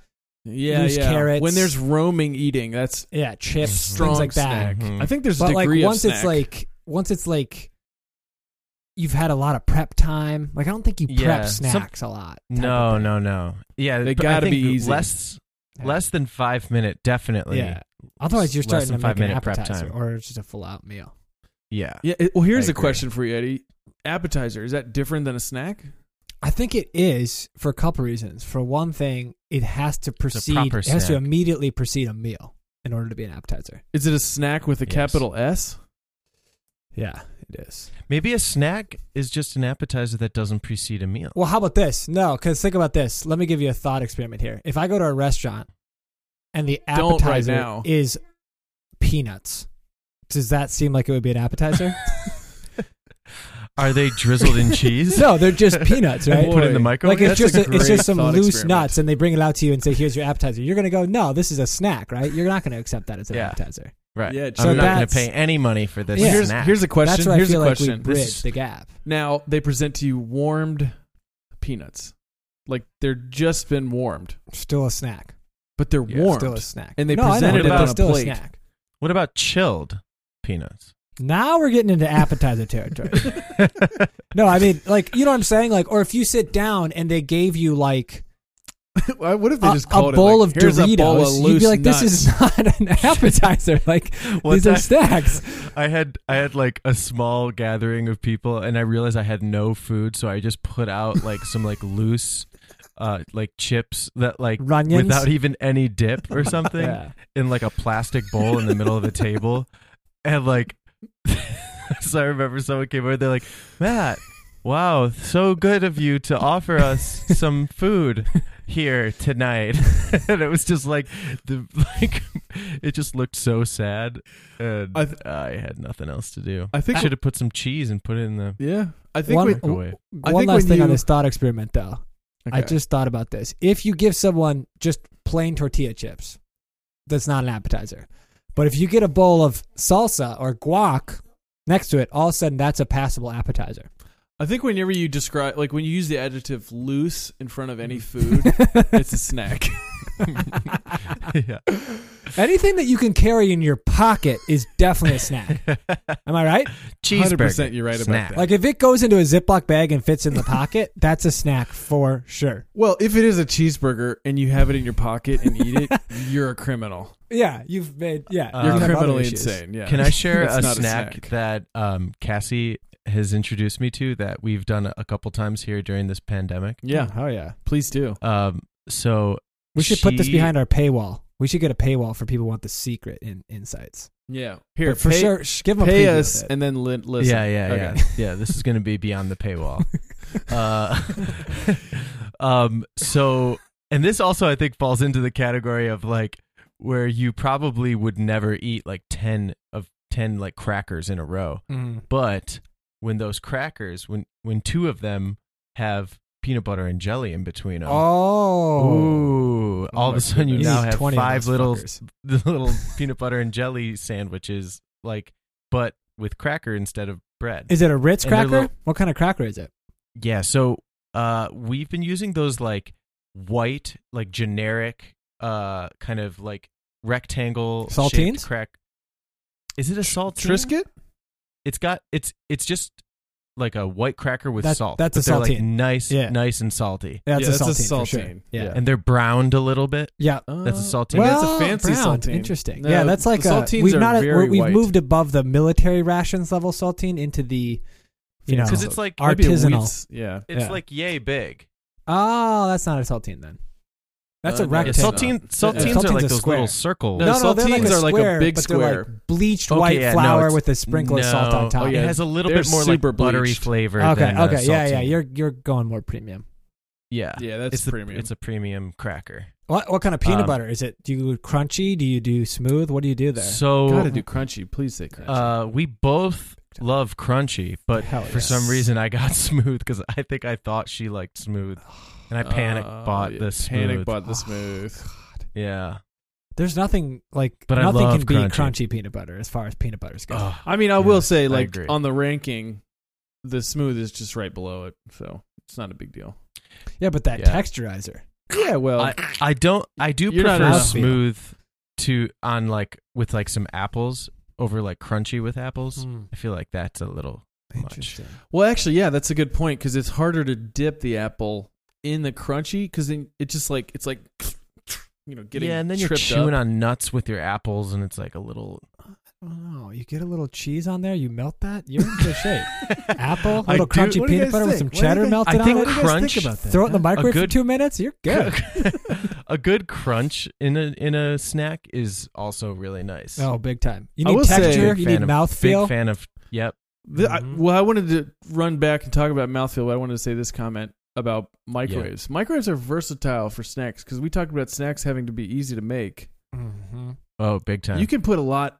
S1: yeah,
S2: loose
S1: yeah.
S2: carrots.
S1: When there's roaming eating, that's
S2: yeah, chips,
S1: Mm-hmm. strong
S2: things like that.
S1: snack.
S3: Mhm.
S1: I think there's a
S2: But like
S1: degree of
S2: once it's
S1: snack.
S2: like once it's like you've had a lot of prep time. Like I don't think you prep
S3: Yeah, some-
S2: snacks a lot. type of
S3: No,
S2: thing.
S3: no, no. Yeah,
S1: They
S3: but I
S1: gotta
S3: think
S1: be easy.
S3: Less,
S2: Yeah.
S3: less than five minute, definitely.
S2: Yeah. Otherwise, you're
S3: less
S2: starting
S3: than
S2: to
S3: five
S2: make an
S3: minute prep
S2: appetizer
S3: time.
S2: or it's just a full out meal.
S3: yeah.
S1: Yeah. it- well,
S3: I
S1: here's a
S3: agree.
S1: question for you, Eddie. Appetizer is that different than a snack?
S2: I think it is for a couple reasons. For one thing, it has to precede.
S3: proper
S2: It has to
S3: snack.
S2: immediately precede a meal in order to be an appetizer.
S1: Is it a snack with a
S3: Yes.
S1: capital S?
S2: Yeah, it is.
S3: Maybe a snack is just an appetizer that doesn't precede a meal.
S2: Well, how about this? No, because think about this. Let me give you a thought experiment here. If I go to a restaurant and the
S1: Don't right
S2: appetizer
S1: now.
S2: is peanuts, does that seem like it would be an
S1: <laughs>
S2: appetizer?
S3: Are they drizzled
S2: <laughs>
S3: in cheese?
S2: no, they're just
S3: <laughs>
S2: peanuts,
S3: And
S2: right?
S3: put in the microwave.
S2: like it's
S1: That's
S2: just
S1: a
S2: a- it's
S1: great
S2: just some
S1: thought
S2: loose
S1: experiment.
S2: nuts, and they bring it out to you and say, "Here's your appetizer." You're gonna go, "No, this is a snack, right?" You're not gonna accept that as an
S3: Yeah.
S2: appetizer.
S3: right.
S1: Yeah,
S3: I'm
S1: so
S3: not going
S2: that's-
S3: to pay any money for this
S2: Yeah.
S1: Here's
S3: snack.
S1: here's a question.
S2: That's where
S1: here's
S2: I feel
S1: a
S2: like
S1: question.
S2: we bridge
S1: This-
S2: the gap.
S1: now they present to you warmed peanuts, like they're just been warmed,
S2: Still a snack.
S1: but they're
S3: Yeah.
S1: warmed.
S2: Still a snack.
S1: And they
S2: no, I know,
S1: presented
S2: but
S3: it on
S2: it's
S1: a
S2: still
S1: plate.
S2: A snack.
S3: what about chilled
S2: <laughs>
S3: peanuts?
S2: Now we're getting into appetizer
S1: <laughs>
S2: territory. No, I mean, like, you know what I'm saying? Like, or if you sit down and they gave you, like,
S1: Why- uh, what if
S2: a,
S1: they just
S2: a
S1: called
S2: bowl
S1: it like,
S2: of
S1: here's
S2: Doritos,
S1: a bowl of loose
S2: you'd be like,
S1: nuts.
S2: this is not
S1: <laughs>
S2: an appetizer. Like,
S3: One
S2: these are
S3: time-
S2: snacks.
S3: I had I had like a small gathering of people, and I realized I had no food, so I just put out like some like loose, uh, like chips that like
S2: Runyons?
S3: without even any dip or something
S2: Yeah.
S3: in like a plastic bowl in the middle of the table, and like, <laughs> so I remember someone came over, they're like, Matt, wow, so good of you to offer us some
S2: <laughs>
S3: food here tonight, <laughs> and it was just like the <laughs> like. It just looked so sad, and
S1: I
S3: I,
S1: th-
S3: had nothing else to do.
S1: I think.
S3: I should have put some cheese and put it in the
S1: yeah, I think.
S2: One-
S1: we,
S3: microwave. <laughs>
S1: I
S2: One
S1: think
S2: last
S1: when
S2: thing on
S1: you-
S2: this thought experiment, though. I
S1: okay.
S2: just thought about this. If you give someone just plain tortilla chips, that's not an appetizer. But if you get a bowl of salsa or guac next to it, all of a sudden that's a passable appetizer.
S1: I think whenever you describe, like when you use the adjective "loose" in front of any food, it's a snack. <laughs>
S3: yeah.
S2: Anything that you can carry in your pocket is definitely a snack. Am I right?
S3: Cheeseburger.
S1: 100% you're right about
S3: snack.
S1: that.
S2: Like if it goes into a Ziploc bag and fits in the pocket, <laughs> that's a snack for sure.
S1: Well, if it is a cheeseburger and you have it in your pocket and eat it, <laughs> you're a criminal.
S2: <laughs> Yeah, you've made yeah.
S3: You're
S2: you
S1: You're
S2: have other
S1: criminally
S2: issues.
S1: insane. Yeah.
S3: Can I
S1: <laughs>
S3: share
S1: That's
S3: a
S1: not a
S3: snack,
S1: snack.
S3: that um, Cassie has introduced me to that we've done a couple times here during this pandemic?
S1: Yeah.
S2: Oh yeah.
S1: Please do.
S3: Um, so
S2: We should put this
S3: She-
S2: behind our paywall. We should get a paywall for people who want the secret in insights.
S1: Yeah. Here,
S2: but for
S1: pay,
S2: sure, sh- give them
S1: pay
S2: a preview of
S1: us
S2: it.
S1: and then li- listen.
S3: Yeah, yeah,
S1: Okay.
S3: yeah, yeah. This is going to be beyond the
S2: <laughs>
S3: paywall. uh, <laughs> um, so, and this also, I think, falls into the category of like where you probably would never eat like ten of ten like crackers in a row,
S2: Mm.
S3: but when those crackers, when when two of them have peanut butter and jelly in between them.
S2: Oh,
S3: Ooh! All of
S1: my
S3: a sudden, you
S2: You
S3: now
S2: need
S3: have
S2: 20 of
S3: five
S2: those
S3: little
S2: fuckers.
S3: <laughs> the little peanut butter and jelly sandwiches, like, but with cracker instead of bread.
S2: Is it a Ritz
S3: And they're
S2: cracker?
S3: little-
S2: what kind of cracker is it?
S3: yeah. So, uh, we've been using those like white, like generic, uh, kind of like rectangle shaped
S2: Saltines?
S3: Crack. Is it a saltine?
S1: Trisket?
S3: It's got it's it's just like a white cracker with
S2: That's-
S3: salt.
S2: that's
S3: but
S2: a
S3: they're, Like
S2: for
S3: nice,
S2: Yeah.
S3: nice and salty,
S2: That's
S1: Yeah,
S2: a
S1: that's
S2: saltine.
S1: a
S2: for sure.
S1: saltine.
S2: Yeah.
S1: Yeah.
S3: and they're browned a little bit.
S2: yeah.
S3: That's a
S1: Uh,
S3: saltine.
S1: Well, that's a
S2: Well,
S1: fancy
S2: browned.
S1: saltine.
S2: Interesting.
S1: No,
S2: yeah, that's like
S1: the
S2: a,
S1: saltines
S2: we've
S1: are
S2: not
S1: very
S2: we've
S1: white.
S2: moved above the military rations level saltine into the you know
S1: Fancy
S3: because it's like
S2: Art-
S1: Maybe a
S2: artisanal.
S1: wheat's- Yeah.
S3: it's
S2: yeah.
S3: like yay big.
S2: oh that's not a saltine then that's
S1: Uh,
S2: a
S1: no,
S3: Yeah,
S1: it's
S2: rectangle.
S1: not.
S3: saltine, saltines
S2: Saltine's
S3: are like
S2: a
S3: those
S2: square.
S3: little circles.
S1: No,
S2: no, no, they're
S1: saltines
S2: like a
S1: are like a
S2: square,
S1: big
S2: but they're like
S1: square.
S2: bleached
S3: Okay,
S2: white
S3: yeah, no,
S2: flour
S3: it's-
S2: with a sprinkle of salt
S3: No.
S2: on top.
S1: Oh, yeah.
S3: It has a little
S1: They're
S3: bit more like
S1: super
S3: buttery
S1: bleached.
S3: flavor.
S2: Okay,
S3: than
S2: okay, yeah,
S3: saltine.
S2: yeah, you're you're going more premium.
S3: yeah.
S1: Yeah, that's
S3: it's the-
S1: premium.
S3: it's a premium cracker.
S2: What what kind of peanut
S3: Um,
S2: butter is it? Do you do crunchy? Do you do smooth? What do you do there?
S3: So
S1: Gotta do crunchy. Please say crunchy.
S3: uh, we both love crunchy, but
S2: Hell
S3: for
S2: yes.
S3: some reason I got <laughs> smooth because I think I thought she liked smooth, and I panic
S1: Oh,
S3: bought
S1: yeah.
S3: the smooth.
S1: Panic
S3: <sighs>
S1: bought the smooth.
S3: yeah.
S2: There's nothing like
S3: But I
S2: nothing
S3: love
S2: can beat
S3: crunchy.
S2: crunchy peanut butter as far as peanut butter's goes.
S3: Ugh.
S1: I mean, I
S3: Yeah,
S1: will say,
S3: I
S1: like
S3: agree.
S1: on the ranking, the smooth is just right below it, so it's not a big deal.
S2: yeah, but that
S3: yeah.
S2: texturizer.
S1: Yeah, well,
S3: I, I don't. I do
S1: You're not
S3: prefer
S2: an Aussie.
S3: smooth to on like with like some apples over like crunchy with apples. I feel like that's a little. much.
S2: Interesting.
S1: well, actually, yeah, that's a good point because it's harder to dip the apple in the crunchy because then it just like it's like you know getting
S3: yeah, and then you're
S1: tripped
S3: chewing
S1: up.
S3: on nuts with your apples, and it's like a little.
S2: Oh, you get a little cheese on there, you melt that, you're in
S3: <laughs>
S2: good shape. Apple,
S3: I
S2: little
S3: do-
S2: crunchy
S3: what do you
S2: peanut
S3: guys
S2: butter with some
S3: think? What do you
S2: cheddar
S3: guys-
S2: melted
S3: I think
S2: on it.
S3: crunch-
S2: Throw
S3: <laughs>
S2: it in the microwave
S3: good-
S2: for two minutes, you're good.
S3: <laughs> a good crunch in a in a snack is also really nice.
S2: oh, big time. You
S1: I
S2: need
S1: will say-
S2: texture,
S3: Big
S2: you
S3: fan
S2: need
S3: of- Big
S2: mouthfeel.
S3: fan of. Yep.
S1: The- I-
S3: Mm-hmm.
S2: Mhm.
S1: well, I wanted to run back and talk about mouthfeel, but I wanted to say this comment about microwaves. Microwaves are versatile for snacks because we talked about snacks having to be easy to make.
S2: Mm-hmm.
S3: Oh, big time.
S1: You can put a lot.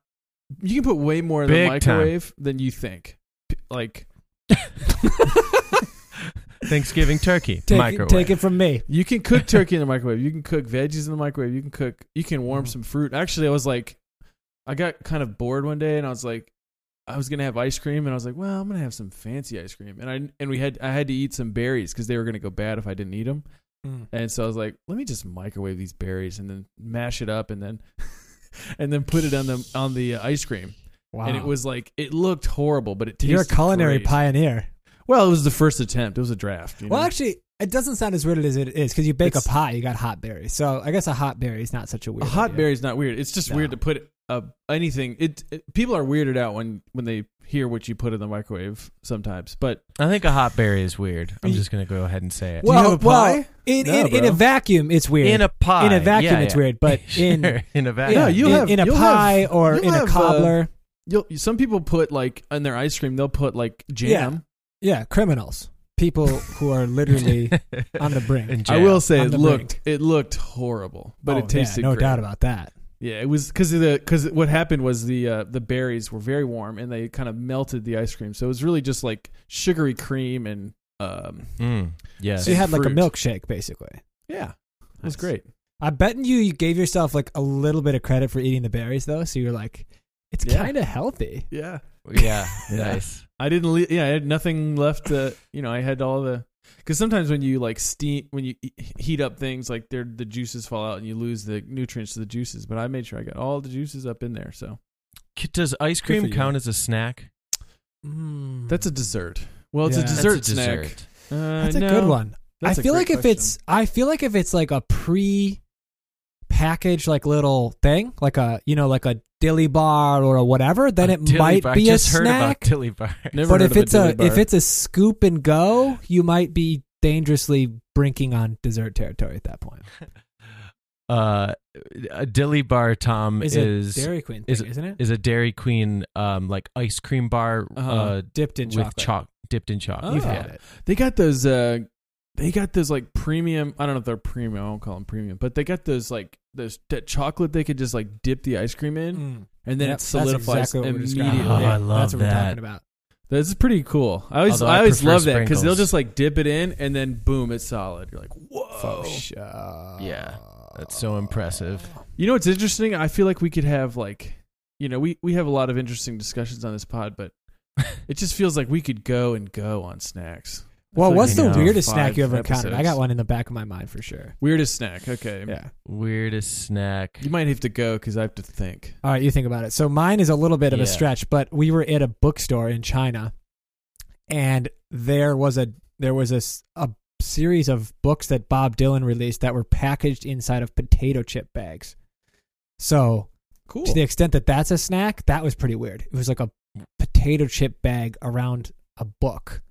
S1: You can put way more in the
S3: Big time.
S1: microwave than you think. P-
S3: <laughs>
S1: Like
S3: Thanksgiving turkey
S2: <laughs> Take,
S3: microwave.
S2: take it from me.
S1: you can cook turkey in the microwave. You can cook veggies in the microwave. You can cook. You can warm
S3: Mm.
S2: Mhm.
S1: some fruit. Actually, I was like, I got kind of bored one day, and I was like, I was gonna have ice cream, and I was like, well, I'm gonna have some fancy ice cream, and I and we had I had to eat some berries because they were gonna go bad if I didn't eat them,
S3: Mm.
S1: and so I was like, let me just microwave these berries and then mash it up and then. <laughs> And then put it on the on the uh, ice cream,
S2: Wow.
S1: and it was like it looked horrible, but it tasted.
S2: You're a culinary
S1: great.
S2: pioneer.
S1: Well, it was the first attempt. It was a draft. you
S2: Well,
S1: know?
S2: actually, it doesn't sound as weird as it is because you bake
S1: It's-
S2: a pie, you got hot berries. So I guess a hot berry is not such a weird.
S1: A hot
S2: idea.
S1: berry is not weird. It's just
S2: No.
S1: weird to put uh, anything. It, it- people are weirded out when when they hear what you put in the microwave sometimes. But
S3: I think a hot berry is weird. I'm just gonna go ahead and say it.
S1: Do you
S2: Well,
S1: have a
S2: well,
S1: pie?
S2: in,
S1: No,
S2: in, in a
S1: bro.
S2: vacuum, it's weird.
S3: in a pie.
S2: in a vacuum,
S3: yeah,
S2: it's
S3: yeah.
S2: weird, but
S3: <laughs>
S2: in-
S3: Sure, in a vacuum.
S1: Yeah, you
S2: in,
S1: have-
S2: in a
S1: you'll
S2: pie
S1: have-
S2: or
S1: you'll
S2: in
S1: have,
S2: a
S1: uh,
S2: cobbler.
S1: you'll, some people put like in their ice cream, they'll put like jam.
S2: yeah, criminals, people who
S1: <laughs>
S3: <laughs>
S2: are literally on the brink.
S3: And
S1: I will
S3: jam.
S1: say
S2: On
S1: it
S2: the
S1: looked
S2: brink.
S1: it looked horrible, but
S2: Oh,
S1: it tasted
S2: yeah, no
S1: great.
S2: doubt about that.
S1: Yeah, it was because the because what happened was the uh, the berries were very warm and they kind of melted the ice cream, so it was really just like sugary cream and um
S3: Mm, yes.
S2: So <laughs> you had like a
S1: Fruit.
S2: milkshake, basically.
S1: yeah, it was
S3: Nice.
S1: great.
S2: I bet you you gave yourself like a little bit of credit for eating the berries, though. So you're like, it's
S1: Yeah.
S2: kind of healthy.
S1: Yeah,
S3: Yeah,
S1: Yeah.
S3: nice.
S1: I didn't. Le- yeah, I had nothing left. To, you know, I had all the. Because sometimes when you like steam, when you e- heat up things, like they're, the juices fall out and you lose the nutrients to the juices. But I made sure I got all the juices up in there. So
S3: K- Does ice
S2: for
S3: cream
S2: you.
S3: count as a snack?
S2: Mm.
S1: that's a dessert. Well, it's
S2: Yeah.
S1: a
S2: That's
S3: That's
S1: dessert
S3: a
S1: snack.
S3: dessert.
S1: Uh,
S2: That's a
S1: no.
S2: good one.
S1: That's
S2: I
S1: a
S2: feel like
S1: great
S2: if it's I feel like if it's like a pre packaged like little thing, like a you know, like a dilly bar or a whatever, then
S3: A
S2: it
S3: dilly
S2: might
S3: bar. I
S2: be a
S3: just heard about
S2: snack.
S3: dilly bar.
S1: question. Never
S2: But
S1: heard
S2: if
S1: of
S2: it's
S1: dilly
S2: a
S1: bar.
S2: if it's a scoop and go, you might be dangerously brinking on dessert territory at that point.
S3: <laughs> uh, a dilly bar Tom is
S2: Is it
S3: Um, is,
S2: Dairy Queen thing,
S3: is
S2: is isn't it?
S3: a Dairy Queen um like ice cream bar uh
S1: Uh-huh.
S2: Oh, Dipped in
S3: with
S2: chocolate.
S3: chalk dipped in chocolate.
S2: You've
S1: Oh.
S2: had it.
S1: They got those. uh They got those like premium. I don't know if they're premium. I won't call them premium, but they got those like those that chocolate they could just like dip the ice cream in,
S2: Mm.
S1: and
S2: Yep,
S1: then it
S2: that's
S1: solidifies
S2: exactly what we're describing.
S1: immediately.
S3: Oh, I
S1: <laughs>
S2: Yeah,
S3: love
S2: that's what
S3: that.
S2: we're talking about.
S1: That's pretty cool. I always
S3: Although
S1: I,
S3: I
S1: always
S3: prefer
S1: love that because they'll
S3: sprinkles.
S1: just like dip it in and then boom, it's solid. You're like, whoa.
S2: For sure.
S3: Yeah, that's so impressive.
S1: You know what's interesting? I feel like we could have like, you know, we we have a lot of interesting discussions on this pod,
S3: <laughs>
S1: but it just feels like we could go and go on snacks. I
S2: Well,
S1: feel like
S2: what's
S1: we
S2: the
S1: could do
S2: weirdest
S1: five
S2: snack you ever encountered? I
S1: episodes.
S2: got one in the back of my mind for sure.
S1: Weirdest snack. Okay,
S2: Yeah.
S3: Weirdest snack.
S1: you might have to go because I have to think.
S2: All right, you think about it. So mine is a little bit of
S3: Yeah.
S2: a stretch, but we were at a bookstore in China, and there was a there was a, s- a series of books that Bob Dylan released that were packaged inside of potato chip bags. So
S1: Cool.
S2: to the extent that that's a snack, that was pretty weird. It was like a potato chip bag around a book.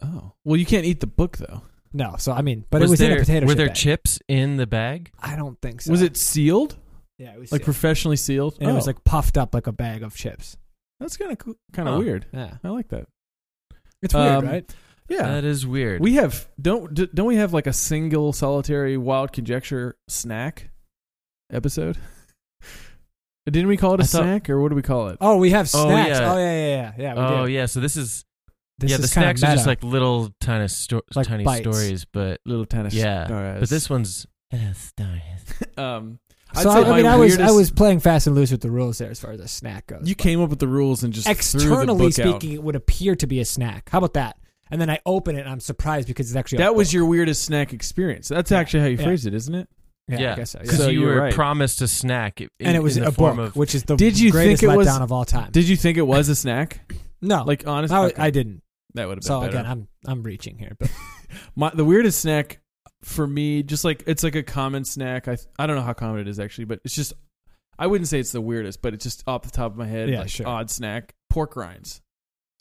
S1: Oh, well, you can't eat the book though.
S2: No, so I mean, but it was
S3: there,
S2: in a potato
S3: Were
S2: chip
S3: there
S2: bag.
S3: chips in the bag?
S2: I don't think so.
S1: Was it sealed?
S2: Yeah, it was
S1: Like
S2: sealed.
S1: professionally sealed?
S2: and it was
S1: Oh,
S2: like puffed up like a bag of chips.
S1: that's kind of cool, kind of
S3: Huh.
S1: weird.
S2: Yeah,
S1: I like that.
S2: it's weird,
S1: Um,
S2: right?
S1: Yeah,
S3: That is weird.
S1: We have don't d- don't we have like a single solitary wild conjecture snack episode? <laughs> Didn't we call it a
S3: I thought-
S1: snack or what do we call it?
S2: Oh, we have snacks.
S3: Oh, yeah.
S2: Oh yeah, oh, yeah, yeah, yeah. yeah we
S3: oh
S2: did.
S3: yeah, so this is
S2: This
S3: yeah.
S2: is
S3: The
S2: kinda
S3: snacks are just
S2: meta.
S3: like little tiny sto-
S2: Like
S3: tiny
S2: bites.
S3: stories, but
S1: Little tennis.
S3: Yeah,
S1: Alright,
S3: but this one's uh, stories. <laughs>
S1: um,
S2: So
S1: I'd say
S2: I, I mean,
S1: my
S2: I was I
S1: weirdest-
S2: was playing fast and loose with the rules there as far as a snack goes.
S1: you
S2: but
S1: came up with the rules and just threw the
S2: externally
S1: book
S2: speaking,
S1: out.
S2: it would appear to be a snack. How about that? And then I open it and I'm surprised because it's actually a
S1: That was
S2: book.
S1: your weirdest snack experience. That's
S2: Yeah,
S1: actually how you
S2: yeah.
S1: phrased it, isn't it?
S2: yeah,
S3: yeah,
S2: I guess so, yeah.
S3: Because
S1: So
S3: you
S1: you're
S3: were
S1: right.
S3: promised a snack, i- in,
S2: and it was
S3: in the
S2: a
S3: form
S2: book,
S3: of
S2: which is the
S1: Did you
S2: greatest
S1: think it
S2: letdown
S1: was-
S2: of all time.
S1: Did you think it was a snack?
S2: no,
S1: Like honestly,
S2: I, was- I didn't.
S1: that would have been
S2: So
S1: better.
S2: again, I'm I'm reaching here, but <laughs>
S1: My, the weirdest snack for me, just like it's like a common snack. I I don't know how common it is actually, but it's just I wouldn't say it's the weirdest, but it's just off the top of my head,
S2: Yeah,
S1: like
S2: sure.
S1: odd snack. Pork rinds.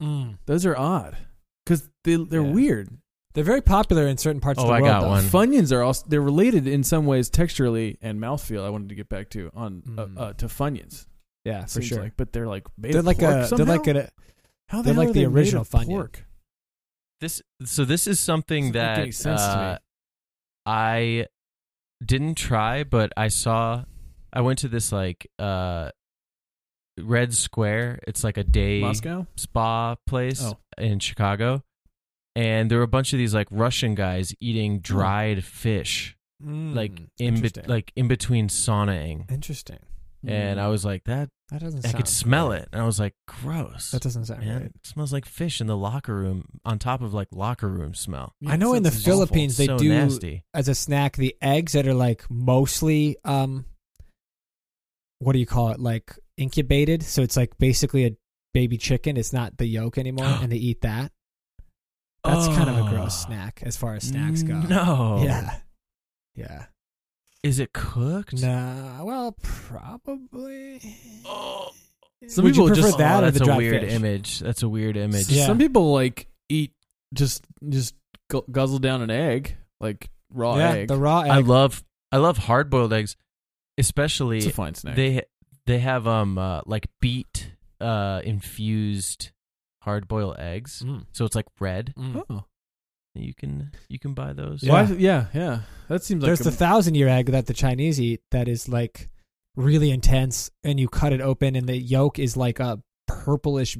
S2: mm.
S1: Those are odd because they they're
S2: Yeah.
S1: weird.
S2: they're very popular in certain parts
S3: Oh,
S2: of the
S3: I
S2: world.
S3: got
S2: though.
S3: one.
S1: Funyuns are also they're related in some ways texturally and mouthfeel. I wanted to get back to on
S2: Mm.
S1: uh, uh, to funyuns
S2: Yeah, for
S1: seems
S2: sure.
S1: like, but they're like made
S2: they're
S1: of
S2: like
S1: pork
S2: a
S1: somehow?
S2: they're like a
S1: How the
S2: they're
S1: hell
S2: like
S1: are
S2: the
S1: they made
S2: original
S1: of
S2: Funyun.
S1: pork?
S3: this. So this is something
S1: Doesn't make
S3: that
S1: any sense to me.
S3: uh, I didn't try, but I saw. I went to this like uh, Red Square. It's like a day
S1: Moscow.
S3: spa place
S1: Oh.
S3: in Chicago, and there were a bunch of these like Russian guys
S1: Hmm.
S3: eating dried fish, like in be-
S2: interesting.
S3: like in between saunaing.
S2: interesting.
S1: Hmm.
S3: And I was like, that
S2: That doesn't.
S3: I
S2: sound
S3: could smell
S2: great.
S3: it, and I was like, gross.
S2: That doesn't sound
S3: Man,
S2: right.
S3: it smells like fish in the locker room, on top of like locker room smell.
S1: Yeah,
S2: I know
S1: that
S2: in the
S1: sounds
S2: Philippines- they
S1: awful.
S3: so
S2: do-
S3: nasty.
S2: as a snack the eggs that are like mostly um what do you call it like incubated so it's like basically a baby chicken it's not the
S3: <gasps>
S2: yolk anymore and they eat that that's kind of a gross
S3: Oh.
S2: snack as far as snacks go
S3: No,
S2: <laughs> yeah yeah
S3: is it cooked?
S2: nah well probably
S3: Oh,
S1: Some
S2: Would you
S1: people
S2: prefer
S1: just-
S2: that or
S3: that's
S2: the
S3: a
S2: dried
S3: weird
S2: fish?
S3: image. That's a weird image.
S2: Yeah.
S1: Some people like eat just just gu- guzzle down an egg, like raw
S2: yeah
S1: egg.
S2: the raw egg
S3: I love I love hard boiled eggs,
S1: it's a
S3: especially
S1: fine snack.
S3: they they have um uh, like beet uh infused hard boiled eggs.
S2: Mm,
S3: So it's like red.
S2: mm.
S1: oh.
S3: You can you can buy those.
S2: Yeah.
S1: Why- yeah. yeah, That seems like
S2: There's the
S1: a-
S2: thousand year egg that the Chinese eat that is like really intense, and you cut it open, and the yolk is like a purplish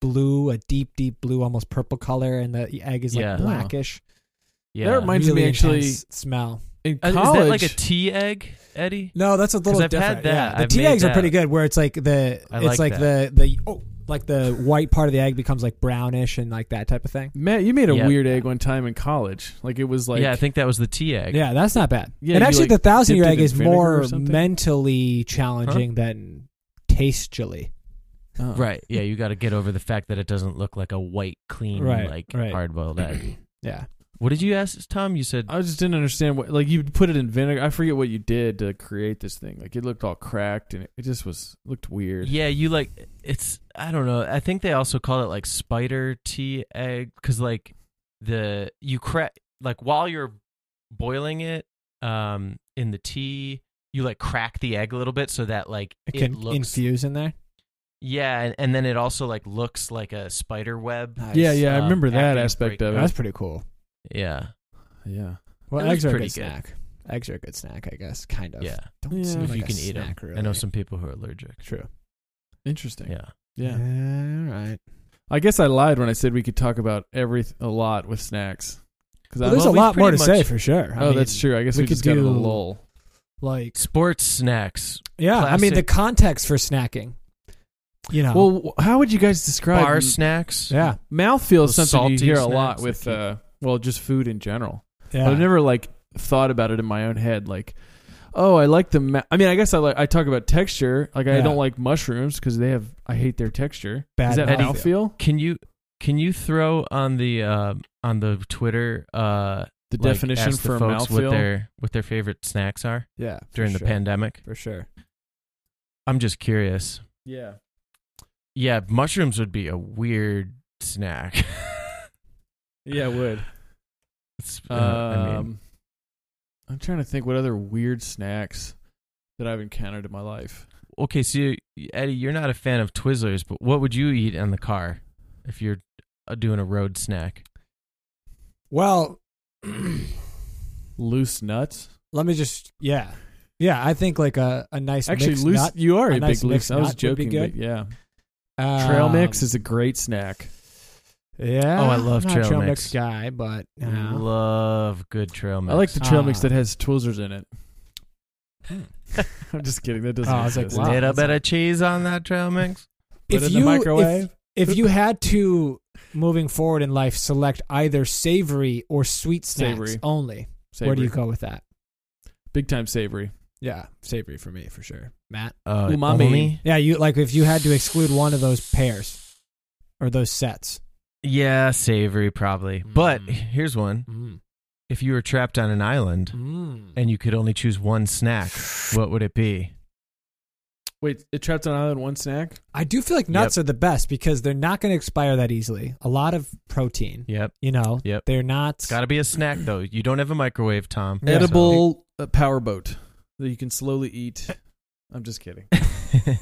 S2: blue, a deep, deep blue, almost purple color, and the e-, egg is like
S3: Yeah.
S2: blackish.
S3: Yeah.
S1: That reminds
S2: Really
S1: me actually
S2: intense smell.
S1: in
S3: Uh,
S1: college.
S3: Is that like a tea egg, Eddie?
S2: No, that's a little
S3: I've
S2: different.
S3: had that.
S2: Yeah. The
S3: I've
S2: tea
S3: made
S2: eggs are
S3: that.
S2: pretty good, where it's like the
S3: I like
S2: it's like the the oh like the white part of the egg becomes like brownish and like that type of thing.
S1: Matt, you made a
S3: Yeah.
S1: weird egg one time in college. Like it was like
S3: yeah, I think that was the tea egg.
S2: Yeah, that's not bad.
S1: Yeah,
S2: and
S1: you,
S2: actually,
S1: like,
S2: the thousand year
S1: dipped it
S2: egg
S1: in
S2: is
S1: vinegar or
S2: more
S1: something?
S2: mentally challenging than tastefully.
S1: oh.
S3: Right. Yeah, you got to get over the fact that it doesn't look like a white, clean,
S2: Right,
S3: like
S2: right.
S3: hard boiled egg.
S2: <clears throat> Yeah. Uh,
S3: What did you ask, Tom? You said
S1: I just didn't understand what like you put it in vinegar. I forget what you did to create this thing. Like it looked all cracked and it, it just was looked weird.
S3: Yeah, you like it's. I don't know. I think they also call it like spider tea egg because like the you crack like while you're boiling it, um, in the tea, you like crack the egg a little bit so that like
S2: It
S3: it,
S2: can
S3: looks.
S2: infuse in there.
S3: Yeah, and, and then it also like looks like a spider web.
S1: Yeah, yeah, I
S3: Um,
S1: remember that
S3: acting
S1: aspect
S3: break.
S1: of
S2: That's
S1: it.
S2: pretty cool.
S3: Yeah,
S1: Yeah.
S2: Well,
S3: It was
S2: eggs are a good,
S3: pretty good.
S2: snack. Eggs are a good snack, I guess. Kind of.
S3: yeah.
S2: Don't
S1: Yeah.
S2: seem
S1: If
S2: like
S3: you
S2: a
S3: can eat 'em.
S2: snack, Really.
S3: I know some people who are allergic.
S2: True.
S1: Interesting.
S3: Yeah,
S1: Yeah.
S2: All right.
S1: I guess I lied when I said we could talk about every a lot with snacks. Cuz
S2: Well,
S1: I
S2: there's
S3: Well,
S2: a
S3: we've
S2: lot more to
S3: pretty
S2: say
S3: much-
S2: for sure. I
S1: Oh, that's
S2: mean,
S1: true. I guess
S2: we
S1: we,
S2: could
S1: just got a little
S2: do-
S1: lull.
S2: Like,
S3: sports snacks,
S2: yeah. I mean, the
S3: classic-
S2: context for snacking. You know.
S3: Oh.
S1: Well, w- how would you guys describe
S3: bar
S1: m-
S3: snacks.
S2: yeah.
S1: mouthfeel is
S3: Those
S1: something you
S3: salty
S1: hear a
S3: snacks
S1: lot
S3: that
S1: with
S3: keep-
S1: uh, well, just food in general.
S2: Yeah.
S1: But I've never like thought about it in my own head. Like, oh, I like the. Ma- I mean, I guess I like. I talk about texture. Like, I
S2: Yeah.
S1: don't like mushrooms because they have. I hate their texture.
S2: Bad
S1: Is that
S2: mouthfeel.
S1: mouthfeel?
S3: Can you can you throw on the uh, on the Twitter uh,
S1: The
S3: like,
S1: definition
S3: ask the
S1: for
S3: folks what
S1: mouthfeel.
S3: their what their favorite snacks are
S2: yeah. for
S3: during the
S2: sure.
S3: pandemic?
S2: For sure.
S3: I'm just curious.
S1: Yeah.
S3: Yeah, mushrooms would be a weird snack. <laughs>
S1: Yeah, it would.
S3: It's- uh,
S1: Um, I
S3: I mean,
S1: am trying to think what other weird snacks that I've encountered in my life.
S3: okay, so you, Eddie, you're not a fan of Twizzlers, but what would you eat in the car if you're uh, doing a road snack?
S2: Well,
S1: <clears throat> Loose nuts.
S2: let me just. Yeah. Yeah. I think like a, a nice
S1: Actually,
S2: mixed
S1: loose.
S2: nut.
S1: You are
S2: a
S1: a,
S2: nice
S1: big loose.
S2: mixed
S1: I was
S2: nut would be
S1: joking,
S2: good.
S1: but yeah. Trail
S2: Um,
S1: mix is a great snack.
S2: Yeah.
S3: Oh, I love
S2: I'm not
S3: trail
S2: a trail
S3: mix.
S2: mix Mm-hmm. guy, but you know.
S3: Love good trail mix.
S1: I <laughs> like the trail mix
S2: Ah.
S1: that has Twizzlers in it. <laughs> I'm just kidding. That doesn't.
S2: Oh, I was like,
S1: exist.
S2: wow.
S3: Need a
S2: that's
S3: bit of cheese on that trail mix.
S1: Put in the microwave.
S2: If, if you had to, moving forward in life, select either savory or sweet snacks
S1: Savory.
S2: only,
S1: Savory.
S2: where do you go with that?
S1: Big time savory.
S2: Yeah, savory for me for sure, Matt.
S3: Uh,
S1: Umami.
S3: only-
S2: Yeah, you like if you had to exclude one of those pairs or those sets.
S3: Yeah, savory probably. But
S2: Mm.
S3: here's one:
S2: Mm.
S3: if you were trapped on an island
S2: Mm.
S3: and you could only choose one snack, what would it be?
S1: Wait, it trapped on an island one snack.
S2: I do feel like nuts are the best because they're not going to expire that easily. A lot of protein,
S3: Yep.
S2: you know.
S3: Yep.
S2: They're not.
S3: It's got to be a snack though. You don't have a microwave, Tom.
S2: Yeah.
S1: Edible uh, power boat that you can slowly eat. <laughs> I'm
S2: <laughs>
S1: just kidding.
S3: <laughs>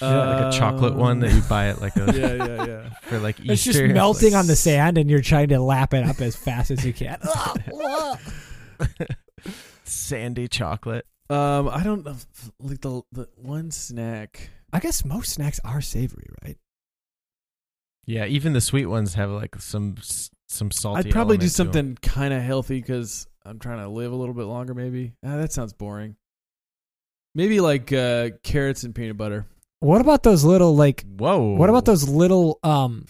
S3: Yeah, like a chocolate one that you buy at like a
S1: yeah, yeah, yeah.
S3: for like Easter.
S2: it's just melting
S3: <laughs>
S2: on the sand, and you're trying to lap it up as fast as you
S1: <laughs>
S2: can.
S3: Sandy chocolate.
S1: Um, I don't know. if- Like the the one snack.
S2: I guess most snacks are savory, right?
S3: Yeah, even the sweet ones have like some s- some salty.
S1: I'd probably
S3: element
S1: do
S3: to 'em.
S1: something kind of healthy because I'm trying to live a little bit longer. Maybe ah, that sounds boring. Maybe like uh, carrots and peanut butter.
S2: What about those little like?
S3: Whoa.
S2: What about those little
S3: <laughs>
S2: um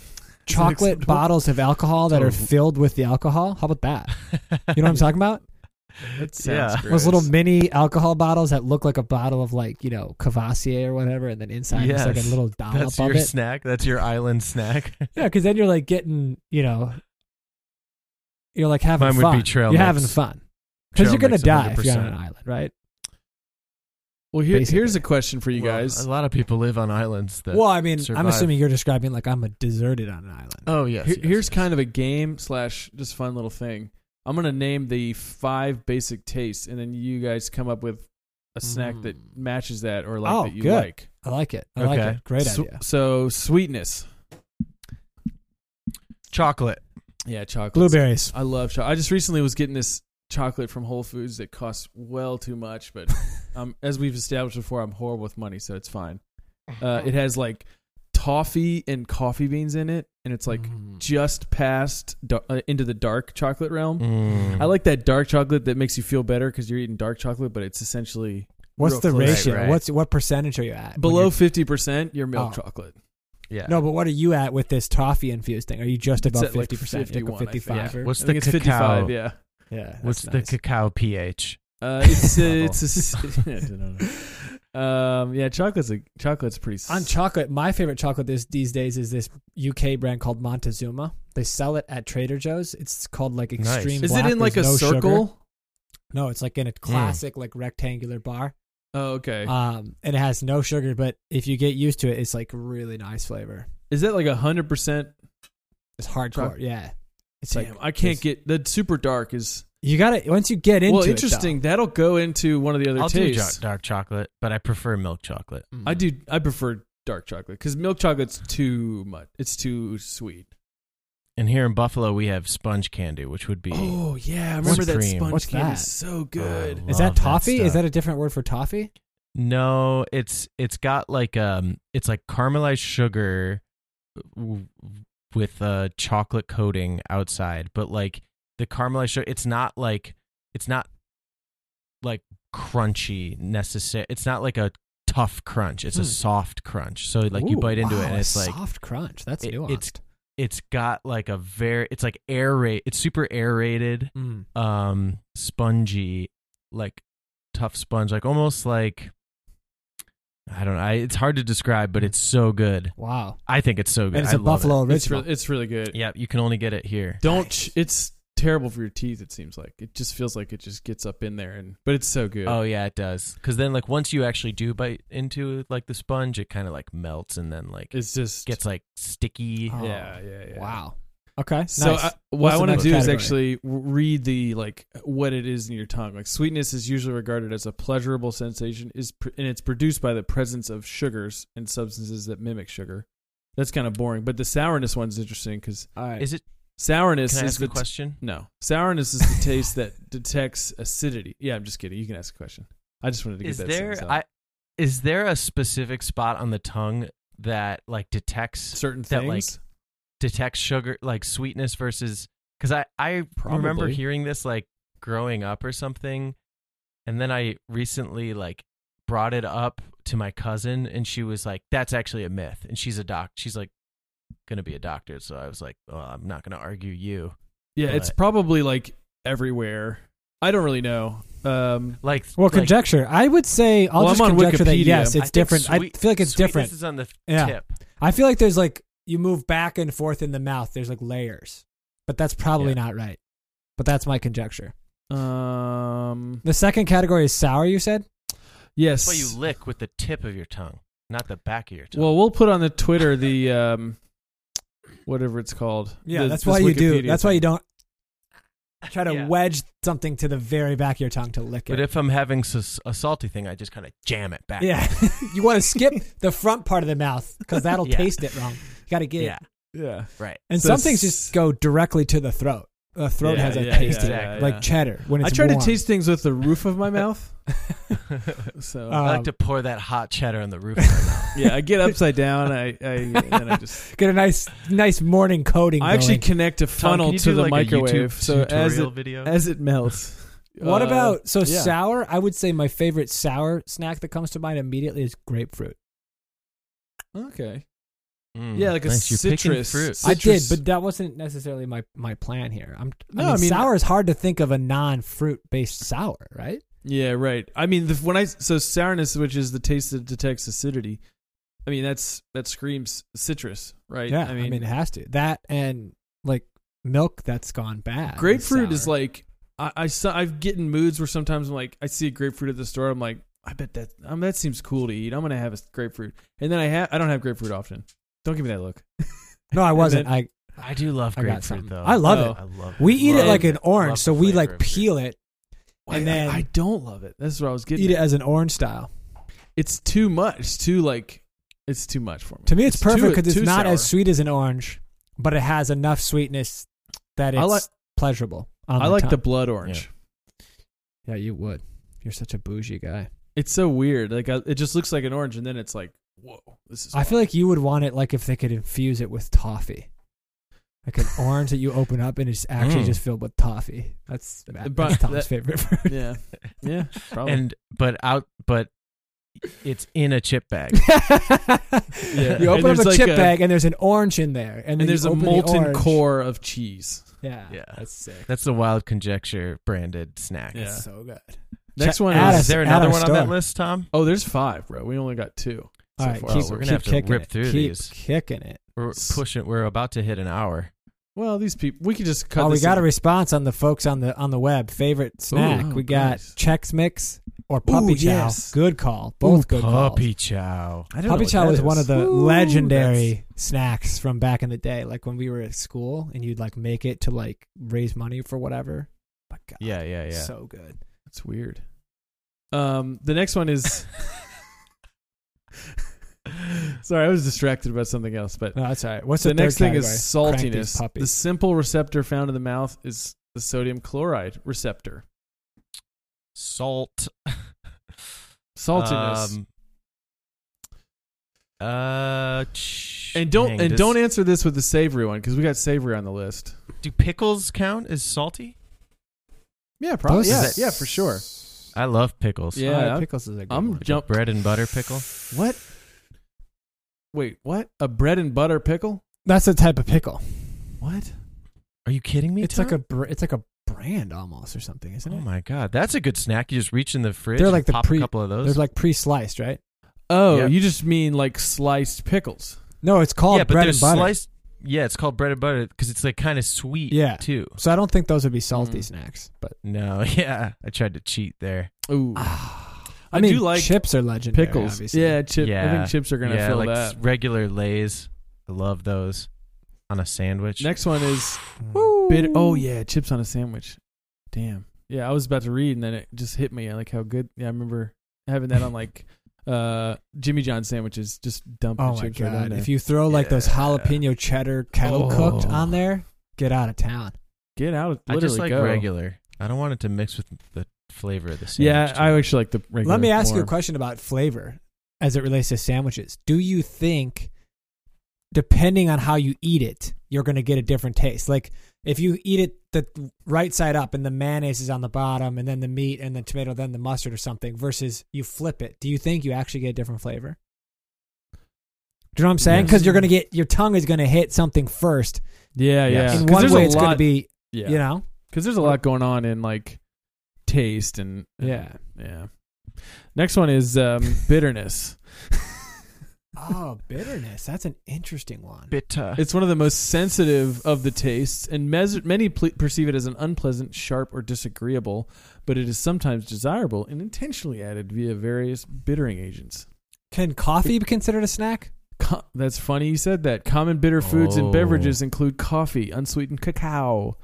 S2: chocolate
S1: acceptable?
S2: bottles of alcohol
S3: Oh.
S2: that are
S1: So-
S2: filled with the alcohol? How about that?
S3: <laughs>
S2: You know what I'm talking about?
S1: That sounds
S3: Yeah.
S1: gross.
S2: Those little mini alcohol bottles that look like a bottle of like you know Cavassier or whatever, and then inside it's like
S3: Yes.
S2: a little dollop
S3: That's
S2: of
S3: your
S2: it.
S3: snack. That's your island
S2: <laughs>
S3: snack.
S2: yeah, because then you're like getting you know, you're like having
S3: Mine would
S2: fun.
S3: be trail
S2: you're
S3: mix.
S2: having fun because
S3: Trail
S2: you're gonna
S3: mix,
S2: die if you're on
S3: 100%.
S2: an island, right?
S1: Well, here,
S2: basically.
S1: here's a question for you
S3: Well,
S1: guys.
S3: a lot of people live on islands. That,
S2: Well, I mean,
S3: survive.
S2: I'm assuming you're describing like I'm a deserted on an island.
S3: oh yes.
S1: Here-
S3: yes,
S1: here's
S3: yes.
S1: kind of a game slash just fun little thing. I'm gonna name the five basic tastes, and then you guys come up with a snack that
S2: Mm.
S1: matches that or like
S2: Oh,
S1: that you
S2: good.
S1: like.
S2: I like it. I like
S3: Okay.
S2: it. Great
S1: Sw-
S2: idea.
S1: So sweetness,
S3: chocolate.
S1: yeah, chocolate.
S2: Blueberries.
S1: I love chocolate. I just recently was getting this chocolate from Whole Foods that costs well too much,
S2: <laughs>
S1: but um, as we've established before, I'm horrible with money, so
S2: <laughs>
S1: it's fine. Uh, it has like toffee and coffee beans in it, and it's
S2: Mm-hmm.
S1: like just past da- uh, into the dark chocolate realm.
S3: Mm.
S1: I
S2: Mm-hmm.
S1: like that dark chocolate that makes you feel better because you're eating dark chocolate, but it's essentially
S2: what's
S1: real
S2: the
S1: close.
S2: ratio?
S3: Right, right.
S2: What's what percentage are you at? when
S1: below
S2: you're-
S1: fifty percent your milk
S2: Oh.
S1: chocolate.
S3: Yeah.
S2: No, but what are you at with this toffee infused thing? Are you just above
S1: at, like,
S2: fifty percent?
S1: 51, I think.
S2: fifty-five.
S3: Yeah.
S2: or-
S3: What's
S1: I
S3: the
S1: think it's
S3: cacao?
S1: fifty-five.
S2: <laughs>
S1: Yeah,
S2: yeah, that's
S3: What's the
S2: nice.
S3: cacao pH?
S1: uh, it's a,
S3: Level.
S1: it's a, s- <laughs> I don't know. Um, yeah, chocolate's a, chocolate's pretty. s-
S2: on chocolate? My favorite chocolate this, these days is this UK brand called Montezuma. They sell it at Trader Joe's. It's called like
S3: Nice.
S2: extreme.
S1: Is
S2: black.
S1: it in like a
S2: There's no sugar.
S1: circle?
S2: No, it's like in a classic like rectangular bar.
S1: Oh, okay.
S2: Um, and it has no sugar, but if you get used to it, it's like really nice flavor.
S1: Is that like a hundred percent?
S2: It's hardcore.
S1: Choc-
S2: Yeah. It's
S1: Damn,
S2: like
S1: I can't
S2: it's-
S1: get the super dark is
S2: You got to once you get into
S1: well
S2: it, though.
S1: interesting. That'll go into one of the other
S3: I'll do
S1: tastes.
S3: jo- dark chocolate, but I prefer milk chocolate.
S2: Mm.
S1: I do. I prefer dark chocolate because milk chocolate's too much. It's too sweet.
S3: And here in Buffalo, we have sponge candy, which would be
S1: Oh yeah, I remember that
S3: cream?
S1: sponge
S2: What's
S1: candy.
S2: that?
S1: is So good.
S3: love
S2: Is that toffee? Is
S3: stuff.
S2: that a different word for toffee?
S3: no? It's it's got like um, it's like caramelized sugar w- with a chocolate coating outside, but like the caramelized sugar, it's not like it's not like crunchy necessary. It's not like a tough crunch. It's
S2: Hmm.
S3: a soft crunch. So like you
S2: Ooh,
S3: bite into
S2: wow,
S3: it, and
S2: a
S3: it's like
S2: soft crunch. That's
S3: it-
S2: nuanced.
S3: it's- it's got like a very it's like aerate it's super aerated
S2: Mm.
S3: um spongy like tough sponge like almost like i don't know I, it's hard to describe but it's so good
S2: Wow,
S3: i think it's so good
S2: and it's
S3: I
S2: a
S3: love
S2: buffalo
S1: It's
S2: original.
S1: really, it's really good.
S3: it. yeah you can only get it here
S1: Don't.
S2: Nice.
S1: It's terrible for your teeth. It seems like it just feels like it just gets up in there, and but it's so good.
S3: oh yeah it does because then like once you actually do bite into like the sponge it kind of like melts and then like it
S1: it's just
S3: gets like sticky
S2: Oh,
S1: yeah, yeah, yeah.
S2: Wow. Okay.
S1: So uh,
S2: nice.
S1: I, what
S2: What's
S1: I
S2: the
S1: want to
S2: next
S1: do is
S2: category?
S1: actually w- read the like what it is in your tongue. Like sweetness is usually regarded as a pleasurable sensation, is pr- and it's produced by the presence of sugars and substances that mimic sugar. That's kind of boring, but the sourness one's interesting because
S2: All right.
S3: is it
S1: sourness
S3: can i
S1: is
S3: ask
S1: the
S3: a
S1: t-
S3: question
S1: no sourness is the taste that detects acidity. Yeah, I'm just kidding. You can ask a question. I just wanted to get
S3: is
S1: that
S3: there
S1: sentence out.
S3: I, is there a specific spot on the tongue that like detects
S1: certain
S3: that, like,
S1: things.
S3: detects sugar like sweetness versus because I I remember
S1: Probably.
S3: hearing this like growing up or something, and then I recently like brought it up to my cousin and she was like that's actually a myth and she's a doc she's like gonna be a doctor so I was like well I'm not gonna argue you
S1: yeah, it's
S3: but-
S1: probably like everywhere. I don't really know. Um,
S3: like
S2: well,
S3: like,
S2: conjecture. I would say I'll
S1: Well,
S2: just
S1: I'm on
S2: conjecture that
S1: Wikipedia.
S2: yes,
S3: I
S2: it's
S3: think
S2: different.
S3: sweet-
S2: I feel like it's
S3: sweetness
S2: different.
S3: is on the
S2: Yeah.
S3: tip
S2: I feel like there's like you move back and forth in the mouth. There's like layers, but that's probably
S3: Yeah.
S2: not right. But that's my conjecture.
S1: um,
S2: The second category is sour. You said
S1: yes.
S3: that's why you lick with the tip of your tongue not the back of your tongue
S1: Well, we'll put on the Twitter the um, whatever it's called. This-
S2: that's
S1: this
S2: why you do.
S1: Wikipedia
S2: That's why you
S1: thing.
S2: don't try to
S3: Yeah.
S2: wedge something to the very back of your tongue to lick it.
S3: but if I'm having s- a salty thing I just kind of jam it back <laughs>
S2: yeah,
S1: <laughs>
S2: you want to skip the front part of the mouth because that'll
S3: Yeah.
S2: taste it wrong. You got to get it
S3: yeah
S1: Yeah,
S3: right
S2: And
S1: So
S2: some things
S1: s-
S2: just go directly to the throat. The throat
S1: Yeah,
S2: has a
S1: yeah,
S2: taste
S1: yeah,
S2: to it,
S1: yeah,
S2: like
S1: yeah.
S2: cheddar. When
S1: I
S2: it's
S1: try
S2: warm.
S1: to taste things with the roof of my mouth.
S2: Uh,
S1: So
S3: I
S2: Um,
S3: like to pour that hot cheddar on the
S1: <laughs>
S3: roof. of my mouth.
S1: yeah, I get upside down.
S2: <laughs>
S1: I, I and then I just
S2: <laughs> Get a nice, nice morning coating.
S1: I actually
S2: going.
S1: connect a
S3: Tom,
S1: funnel
S3: can you
S1: to
S3: do,
S1: the
S3: like, a
S1: microwave.
S3: YouTube
S1: So as
S3: tutorial
S1: it
S3: video.
S1: as it melts.
S2: <laughs> What
S1: Uh,
S2: about so
S1: yeah.
S2: sour? I would say my favorite sour snack that comes to mind immediately is grapefruit.
S1: Okay.
S3: Mm,
S1: Yeah, like a
S3: nice, you're picking
S1: citrus-
S3: fruit.
S2: I did,
S1: Citrus-
S2: but that wasn't necessarily my my plan here. I'm I
S1: No,
S2: mean,
S1: I mean-
S2: sour is hard to think of a non fruit based sour, right?
S1: Yeah, right. I mean, the, when I so sourness, which is the taste that detects acidity. I mean, that's that screams citrus, right?
S2: I mean, it has to that and like milk that's gone bad. is
S1: grapefruit is
S2: sour.
S1: like I, I so- I've get in moods where sometimes I'm like I see a grapefruit at the store I'm like I bet that um, that seems cool to eat I'm gonna have a grapefruit and then I have I don't have grapefruit often don't give me that look
S2: no, I wasn't.
S1: then-
S2: I
S3: I do love
S2: I got
S3: grapefruit
S2: something.
S3: though.
S2: I love
S1: Oh.
S2: it.
S3: I love.
S2: We eat it
S1: Love
S2: like
S3: it.
S2: an orange,
S3: Love
S2: so
S3: the
S2: we
S3: flavor
S2: like
S3: of grapefruit.
S2: peel it,
S1: I-
S2: and then
S1: I, don't love it that's what I was getting
S2: eat it
S1: at.
S2: as an orange style.
S1: it's too much It's too like it's too much for me
S2: To me, it's,
S1: too-
S2: perfect because it's
S1: too
S2: not as
S1: sour.
S2: sweet as an orange, but it has enough sweetness that
S1: I
S2: it's
S1: like-
S2: pleasurable. on
S1: I like the
S2: tongue.
S1: blood orange
S2: yeah, you would. You're such a bougie guy.
S1: it's so weird like I, it just looks like an orange and then it's like whoa this is
S2: I feel like you would want it like if they could infuse it with toffee, like an orange that you open up and it's actually
S3: Mm.
S2: just filled with toffee. That's, that's
S1: Uh, But
S2: Tom's
S1: that-
S2: favorite <laughs> fruit.
S1: yeah <laughs> yeah probably
S3: Oh. and but out but it's in a chip
S1: <laughs>
S3: bag.
S1: Yeah.
S2: You
S1: And
S2: open up
S1: there's
S2: a
S1: like
S2: chip
S1: a-
S2: bag and there's an orange in there, and, then you
S1: and there's a
S2: open the
S1: molten
S2: orange.
S1: core of cheese
S2: Yeah,
S3: Yeah.
S2: that's sick.
S3: That's the wild conjecture branded snack.
S1: Yeah.
S2: It's so good.
S1: next
S2: Check-
S1: one
S2: add
S1: is
S2: us-
S3: Is there
S2: at
S3: another
S2: our
S3: one on that
S2: store.
S3: list, Tom?
S1: oh there's five bro we only got two
S2: All right,
S1: far.
S2: keep,
S1: Wow, we're
S2: keep
S3: gonna have to
S2: kicking
S3: rip
S2: it.
S3: through
S2: keep
S3: these.
S2: kicking it.
S3: We're
S1: S-
S3: pushing. We're about to hit an hour.
S1: Well, these people, we could just cut.
S2: Oh, we
S1: this
S2: got a
S1: in-
S2: response on the folks on the on the web. Favorite snack?
S1: Ooh,
S2: we got
S1: nice.
S2: Chex Mix, or puppy
S1: Ooh,
S2: chow.
S1: yes.
S2: Good call. Both good calls.
S3: puppy chow.
S1: I don't know
S2: Puppy
S1: what
S2: chow
S1: that
S2: was
S1: is.
S2: one of the
S1: Ooh,
S2: legendary snacks from back in the day, like when we were at school and you'd like make it to like raise money for whatever. But God,
S3: Yeah, yeah, yeah.
S2: so good.
S1: That's, that's weird. Um, the next
S2: <laughs>
S1: one is sorry, I was distracted about something else, but
S2: No, that's all right. Uh, What's
S1: the,
S2: the,
S1: next
S2: third
S1: thing is
S2: category? Crank these
S1: saltiness. The
S2: puppies.
S1: simple receptor found in the mouth is the sodium chloride receptor.
S3: Salt.
S1: Saltiness.
S3: Um, uh, ch-
S1: and don't
S3: dang,
S1: and
S3: does-
S1: don't answer this with the savory one because we got savory on the list.
S3: do pickles count as salty?
S1: Yeah, probably.
S2: Those-
S1: Yeah, yeah, for sure.
S3: I love pickles.
S1: Yeah.
S2: All right,
S1: I'm-
S2: Uh, pickles is a good
S1: I'm
S2: one.
S3: Like a
S1: jump-
S3: bread and butter pickle.
S1: What? Wait, what? A bread and butter pickle?
S2: That's a type of pickle.
S1: What?
S3: Are you kidding me?
S2: It's like a
S3: Tom?
S2: br- it's like a brand almost or something, isn't
S3: Oh
S2: it?
S3: my god, that's a good snack. You just reach in the fridge.
S2: They're
S3: and
S2: like the
S3: pop
S2: pre-
S3: a couple of
S2: They're
S3: those.
S2: like pre-sliced, right?
S1: Oh,
S3: Yeah.
S1: you just mean like sliced pickles?
S2: No, it's called
S3: yeah, but
S2: bread
S3: they're
S2: and butter.
S3: sliced. Yeah, it's called bread and butter because it's like kind of sweet.
S2: Yeah.
S3: too.
S2: So I don't think those would be salty
S1: Mm.
S2: snacks, but <sighs>
S3: No, <laughs> yeah, I tried to cheat there.
S1: Ooh,
S2: I,
S1: I
S2: mean,
S1: do like
S2: chips are legendary.
S1: pickles.
S2: obviously.
S1: Yeah, chip. I
S3: Yeah.
S1: think chips are gonna
S3: yeah,
S1: fill
S3: like
S1: that.
S3: s- regular Lay's. I love those on a sandwich.
S1: Next one
S2: <sighs>
S1: is
S2: Mm.
S1: bit. Oh yeah, chips on a sandwich. Damn. Yeah, I was about to read and then it just hit me like how good. Yeah, I remember
S2: <laughs>
S1: having that on like uh Jimmy John sandwiches. Just dumping
S2: Oh my
S1: chips right on
S2: god!
S1: there.
S2: If you throw like those
S3: Yeah.
S2: jalapeno cheddar kettle cooked
S1: Oh.
S2: on there, get out of town.
S1: Get out.
S3: I
S1: Literally
S3: just like
S1: go.
S3: regular. I don't want it to mix with the flavor of the sandwich.
S1: Yeah, I
S3: too.
S1: actually like the regular.
S2: Let me ask you a
S1: more.
S2: question about flavor as it relates to sandwiches. Do you think, depending on how you eat it, you're going to get a different taste? Like if you eat it the right side up and the mayonnaise is on the bottom and then the meat and the tomato, then the mustard or something, versus you flip it, do you think you actually get a different flavor? Do you know what I'm saying?
S1: Yes.
S2: Because you're going to get your tongue is going to hit something first.
S1: Yeah,
S3: Yes.
S1: yeah.
S2: In
S1: 'Cause
S2: one
S1: there's
S2: way,
S1: a
S2: it's going to
S1: lot-
S2: be
S1: yeah.
S2: you know
S1: Because there's a lot going on in like taste and and-
S2: Yeah.
S1: yeah. Next one is um, bitterness.
S2: oh bitterness. That's an interesting one.
S3: bitter.
S1: It's one of the most sensitive of the tastes, and mes- many ple- perceive it as an unpleasant, sharp, or disagreeable. But it is sometimes desirable and intentionally added via various bittering agents.
S2: Can coffee be considered a snack?
S1: Co- that's funny you said that. Common bitter foods
S3: Oh.
S1: and beverages include coffee, unsweetened cacao,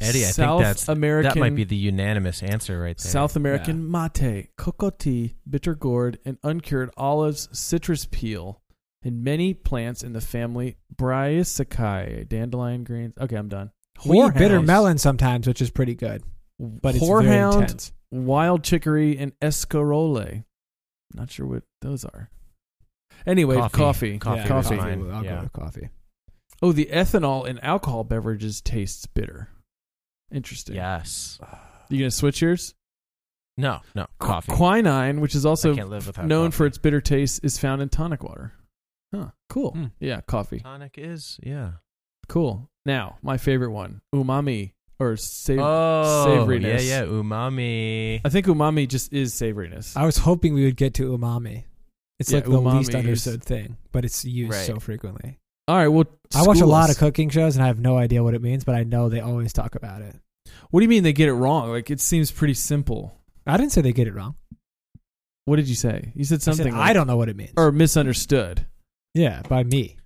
S3: Eddie, I think
S1: South
S3: that's-
S1: American
S3: that might be the unanimous answer right there.
S1: South American mate, cocoa tea, bitter gourd, and uncured olives, citrus peel, and many plants in the family Bryaceae, dandelion greens. Okay, I'm done.
S2: We eat bitter
S1: Whorehound,
S2: melon sometimes, which is pretty good, but it's very
S1: whorehound,
S2: intense.
S1: wild chicory, and escarole. Not sure what those are. Anyway,
S3: Coffee.
S1: coffee.
S3: Coffee
S2: Yeah,
S1: coffee.
S3: Fine,
S2: I'll
S3: yeah.
S2: go with coffee.
S1: Oh, the ethanol in alcohol beverages tastes bitter. Interesting.
S3: Yes.
S1: You gonna switch yours?
S3: No, no, coffee.
S1: Quinine, which is also
S3: I can't live without
S1: known
S3: coffee.
S1: for its bitter taste, is found in tonic water. Huh. Cool.
S2: Hmm.
S1: Yeah, coffee.
S3: tonic is, yeah.
S1: Cool. Now, my favorite one, umami or savory.
S2: Uh,
S3: Oh, yeah,
S1: savoriness.
S3: yeah, umami.
S1: I think umami just is savoriness.
S2: I was hoping we would get to umami. It's
S1: Yeah,
S2: like the least
S1: umami is-
S2: understood thing, but it's used
S3: Right.
S2: so frequently.
S1: All right. Well,
S2: I watch a
S1: school
S2: lot
S1: us.
S2: of cooking shows, and I have no idea what it means, but I know they always talk about it.
S1: What do you mean they get it wrong? Like it seems pretty simple.
S2: I didn't say they get it wrong.
S1: What did you say? You said
S2: I said,
S1: something.
S2: I,
S1: like- Er
S2: don't know what it means.
S1: or misunderstood.
S2: yeah, by me.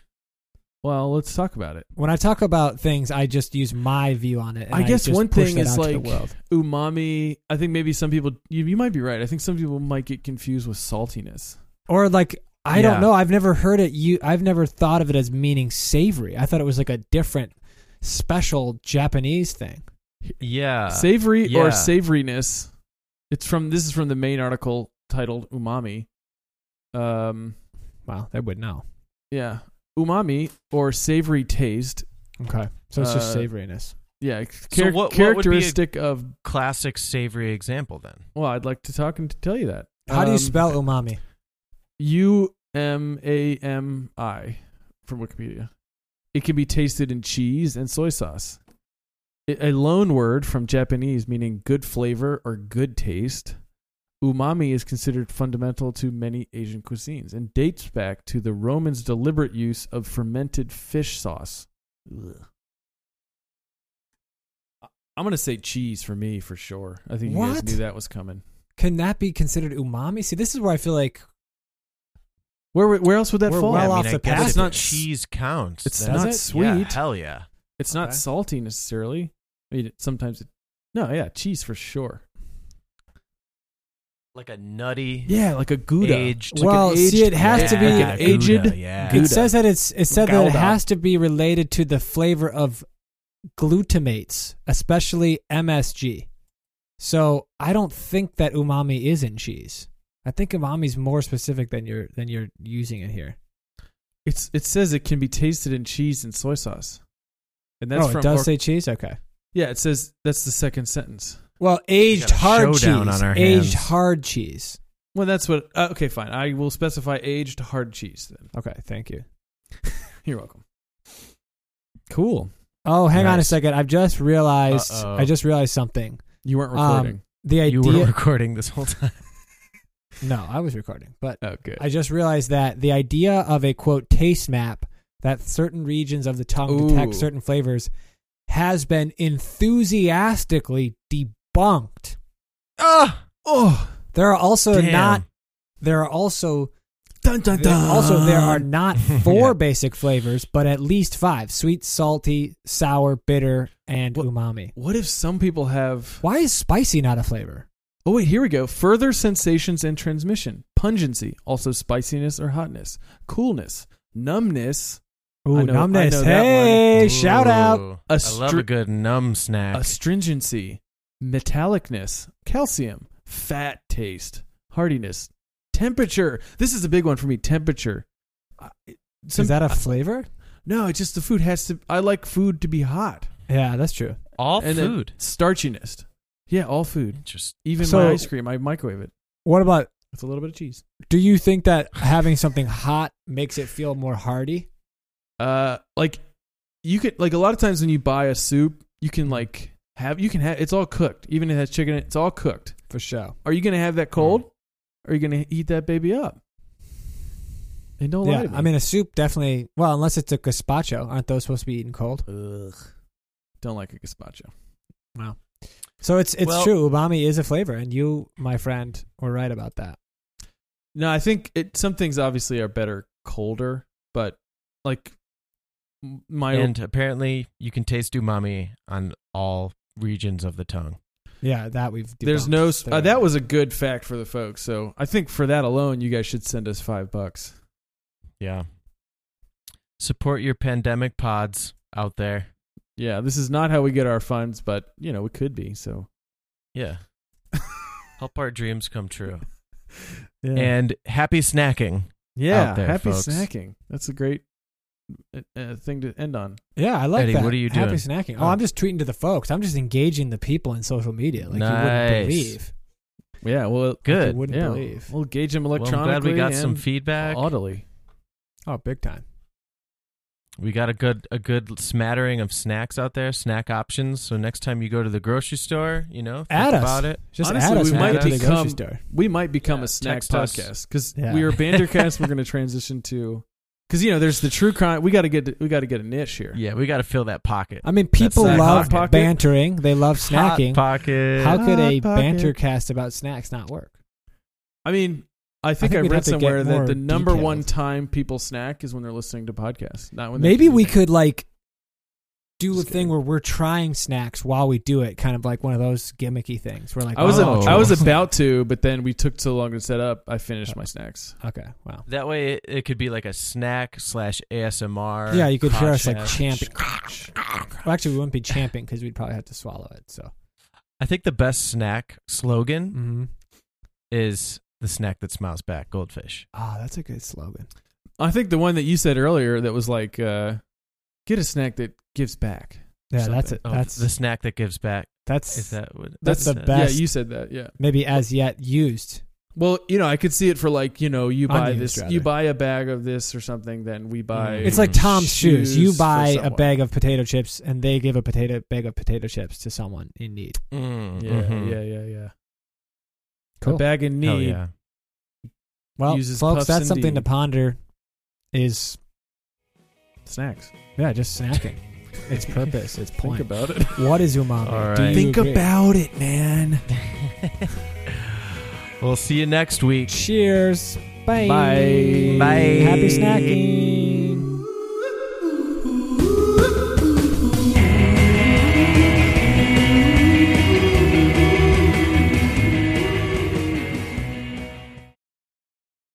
S1: Well, let's talk about it.
S2: When I talk about things, I just use my view on it. and
S1: I guess
S2: just
S1: one
S2: push
S1: thing
S2: that
S1: is
S2: out to the
S1: like-
S2: world.
S1: Umami. I think maybe some people. You, you might be right. I think some people might get confused with saltiness.
S2: or like I
S3: Yeah.
S2: don't know. I've never heard it. You, I've never thought of it as meaning savory. I thought it was like a different, special Japanese thing. Uh,
S3: Yeah.
S1: Savory
S3: yeah.
S1: or savoriness. It's from. This is from the main article titled "Umami." Um.
S2: Wow, they would know.
S1: Yeah. Umami or savory taste.
S2: Okay, so it's just
S1: Uh,
S2: savoriness.
S1: Yeah. char-
S3: what- what would be a-
S1: characteristic of.
S3: Classic savory example then.
S1: Well, I'd like to talk and to tell you that.
S2: How do you
S1: Um,
S2: spell umami?
S1: U M A M I from Wikipedia. It can be tasted in cheese and soy sauce. I- A loan word from Japanese meaning good flavor or good taste. Umami is considered fundamental to many Asian cuisines and dates back to the Romans' deliberate use of fermented fish sauce. Ugh. I- I'm going to say cheese for me for sure. I think you
S2: What?
S1: guys knew that was coming.
S2: Can that be considered umami? See, this is where I feel like
S1: Where would- where else would that
S2: Where-
S1: fall?
S2: where
S3: I
S2: Well
S3: mean,
S2: off
S3: I
S2: the
S3: guess
S2: path.
S3: if
S2: It's not s-
S3: cheese counts.
S1: It's
S3: that's-
S1: not
S2: it?
S1: sweet.
S3: Yeah, hell yeah.
S1: It's not
S2: Okay.
S1: salty necessarily. I mean, it- sometimes it. No, yeah, cheese for sure.
S3: Like a nutty
S1: Yeah, like a gouda.
S3: aged.
S1: Like
S2: Well,
S1: an
S2: see,
S1: aged-
S2: it has to be
S1: Yeah,
S2: an
S1: aged.
S3: Gouda, yeah.
S1: Gouda.
S2: it says that it's it said that it
S1: Gouda.
S2: has to be related to the flavor of glutamates, especially MSG. So I don't think that umami is in cheese. I think umami's more specific than you're than you're using it here.
S1: It's it says it can be tasted in cheese and soy sauce, and that's
S2: oh,
S1: from
S2: it does
S1: or-
S2: say cheese. Okay.
S1: yeah. It says that's the second sentence.
S2: Well, aged
S3: got a
S2: hard cheese.
S3: showdown on our hands.
S2: aged hard cheese.
S1: Well, that's what. Uh, okay, fine. I will specify aged hard cheese. Then <laughs>
S2: Okay, thank you.
S1: you're welcome. Cool.
S2: Oh, hang on a
S3: Nice.
S2: second. I've just realized.
S3: Uh-oh.
S2: I just realized something.
S1: You weren't
S2: Um,
S1: recording.
S2: The idea.
S3: You were recording this whole time.
S2: <laughs> no, I was recording, but
S1: oh, good.
S2: I just realized that the idea of a quote taste map that certain regions of the tongue detect
S1: Ooh.
S2: certain flavors has been enthusiastically debunked.
S3: <laughs> Ah,
S1: oh,
S2: There are also
S3: damn.
S2: not there are also
S1: dun dun
S2: there- also there are
S1: dun.
S2: <laughs> not four
S3: Yeah.
S2: basic flavors, but at least five: sweet, salty, sour, bitter, and
S1: What-
S2: umami.
S1: What if some people have?
S2: Why is spicy not a flavor?
S1: Oh wait, here we go. Further sensations and transmission, pungency, also spiciness or hotness, coolness, numbness,
S2: Ooh,
S1: I know- I
S2: numbness!
S1: know that one.
S2: Hey, shout out!
S3: Ooh,
S1: A
S3: I love a
S1: stri-
S3: good numb snack.
S1: astringency, metallicness, calcium, fat taste, hardiness, temperature. This is a big one for me. Temperature. I- some-
S2: is that <laughs> a
S1: I-
S2: flavor?
S1: no? It's just the food has to. I like food to be hot.
S2: Yeah, that's true.
S3: All
S1: And then
S3: food.
S1: starchiness. Yeah, all food.
S3: Just
S1: Even
S2: So-
S1: my ice cream, I microwave it.
S2: What about
S1: It's a little bit of cheese.
S2: Do you think that having something hot makes it feel more hearty?
S1: Uh, like you could like a lot of times when you buy a soup, you can like have you can have it's all cooked. Even if it has chicken, in it, it's all cooked.
S2: For sure.
S1: Are you gonna
S2: Hmm.
S1: have that cold? Or are you gonna eat that baby up? And don't lie
S2: yeah,
S1: to me.
S2: I mean, a soup definitely. Well, unless it's a gazpacho, aren't those supposed to be eaten cold?
S1: Ugh. Don't like a gazpacho.
S2: So it's it's
S3: Well-
S2: true. Umami is a flavor, and you, my friend, were right about that.
S1: No, I think it. Some things obviously are better colder, but like m- my
S3: and apparently you can taste umami on all regions of the tongue.
S2: Yeah, that we've.
S1: there's
S2: debunked.
S1: no s- uh,
S2: There.
S1: that was a good fact for the folks. So I think for that alone, you guys should send us five bucks.
S3: Yeah. Support your pandemic pods out there.
S1: Yeah, this is not how we get our funds, but you know it could be. So
S3: Yeah. <laughs> Help our dreams come true.
S1: yeah,
S3: And happy snacking.
S1: yeah,
S3: out there,
S1: happy
S3: folks.
S1: snacking. That's a great uh, uh, thing to end on.
S2: Yeah, I like
S3: Eddie,
S2: that.
S3: what are you
S2: Happy
S3: doing?
S2: snacking. Oh,
S3: Oh.
S2: I'm just tweeting to the folks. I'm just engaging the people in social media, like you
S3: Nice.
S2: wouldn't believe.
S1: Yeah, well,
S2: Like
S3: Good.
S2: you wouldn't
S1: yeah,
S2: believe.
S1: we'll gauge them
S3: Well, I'm
S1: electronically.
S3: glad we got some
S1: and
S3: feedback.
S1: audibly.
S2: Oh, big time.
S3: We got a good a good smattering of snacks out there, snack options. So next time you go to the grocery store, you know, think
S2: Add us.
S3: about it.
S2: Just
S1: Honestly,
S2: add us
S1: we
S2: now
S3: might
S2: to the grocery
S1: become-
S2: store.
S1: We might become
S3: Yeah,
S1: a snack
S3: text us.
S1: podcast because
S2: Yeah.
S1: we are Bandercast. we're going to transition to because you know there's the true crime. We got to get we got to get a niche here.
S3: Yeah, we got to fill that pocket.
S2: I mean, people
S1: not
S2: love
S1: hot pocket.
S2: bantering. They love
S3: Hot
S2: snacking.
S3: pocket.
S2: How could a
S1: Hot pocket.
S2: banter cast about snacks not work?
S1: I mean, I think
S2: think
S1: I,
S2: we'd have
S1: read
S2: to get
S1: somewhere
S2: more
S1: that the number
S2: detailed.
S1: one time people snack is when they're listening to podcasts, not when they're
S2: Maybe we
S1: commuting.
S2: could like do
S1: Just
S2: a
S1: kidding.
S2: thing where we're trying snacks while we do it, kind of like one of those gimmicky things. We're like,
S1: I was
S3: a-
S2: oh,
S1: I was
S3: a-
S1: about to, but then we took so long to set up. I finished my snacks.
S2: okay, wow,
S3: That way, it, it could be like a snack slash ASMR.
S2: yeah, you could hear us like
S3: podcast.
S2: champing. Well, actually, we wouldn't be champing because we'd probably have to swallow it. So,
S3: I think the best snack slogan
S2: mm-hmm.
S3: is the snack that smiles back, goldfish.
S2: oh, that's a good slogan.
S1: I think the one that you said earlier that was like, uh, get a snack that gives back.
S2: Yeah,
S1: Something.
S2: that's it.
S3: Oh,
S2: that's
S3: the snack that gives back.
S2: that's
S3: Is that what?
S2: That's
S3: is
S2: the
S3: that-
S2: best.
S1: Yeah, you said that. Yeah.
S2: maybe as yet used.
S1: Well, you know, I could see it for like, you know, you buy
S2: Onions,
S1: this,
S2: rather.
S1: you buy a bag of this or something, then we buy.
S3: Mm.
S2: It's like Tom's shoes.
S1: shoes
S2: You
S1: for
S2: buy a
S1: someone.
S2: bag of potato chips, and they give a potato bag of potato chips to someone in need.
S3: Mm,
S1: yeah,
S3: mhm.
S1: yeah, yeah, yeah. A
S2: Cool.
S1: bag in
S3: Hell
S1: need.
S3: yeah.
S2: Well,
S1: uses
S2: folks,
S1: Puffs
S2: that's
S1: and
S2: something
S1: D.
S2: to ponder. Is
S1: Snacks.
S2: yeah, just <laughs> snacking. its purpose, its
S1: Think
S2: point. <laughs>
S1: about it.
S2: What is umami?
S3: All
S2: Do
S3: right.
S2: you agree?
S1: about it, man.
S2: We'll see you next week.
S3: Cheers. Bye.
S4: Bye.
S2: Bye.
S3: Happy snacking.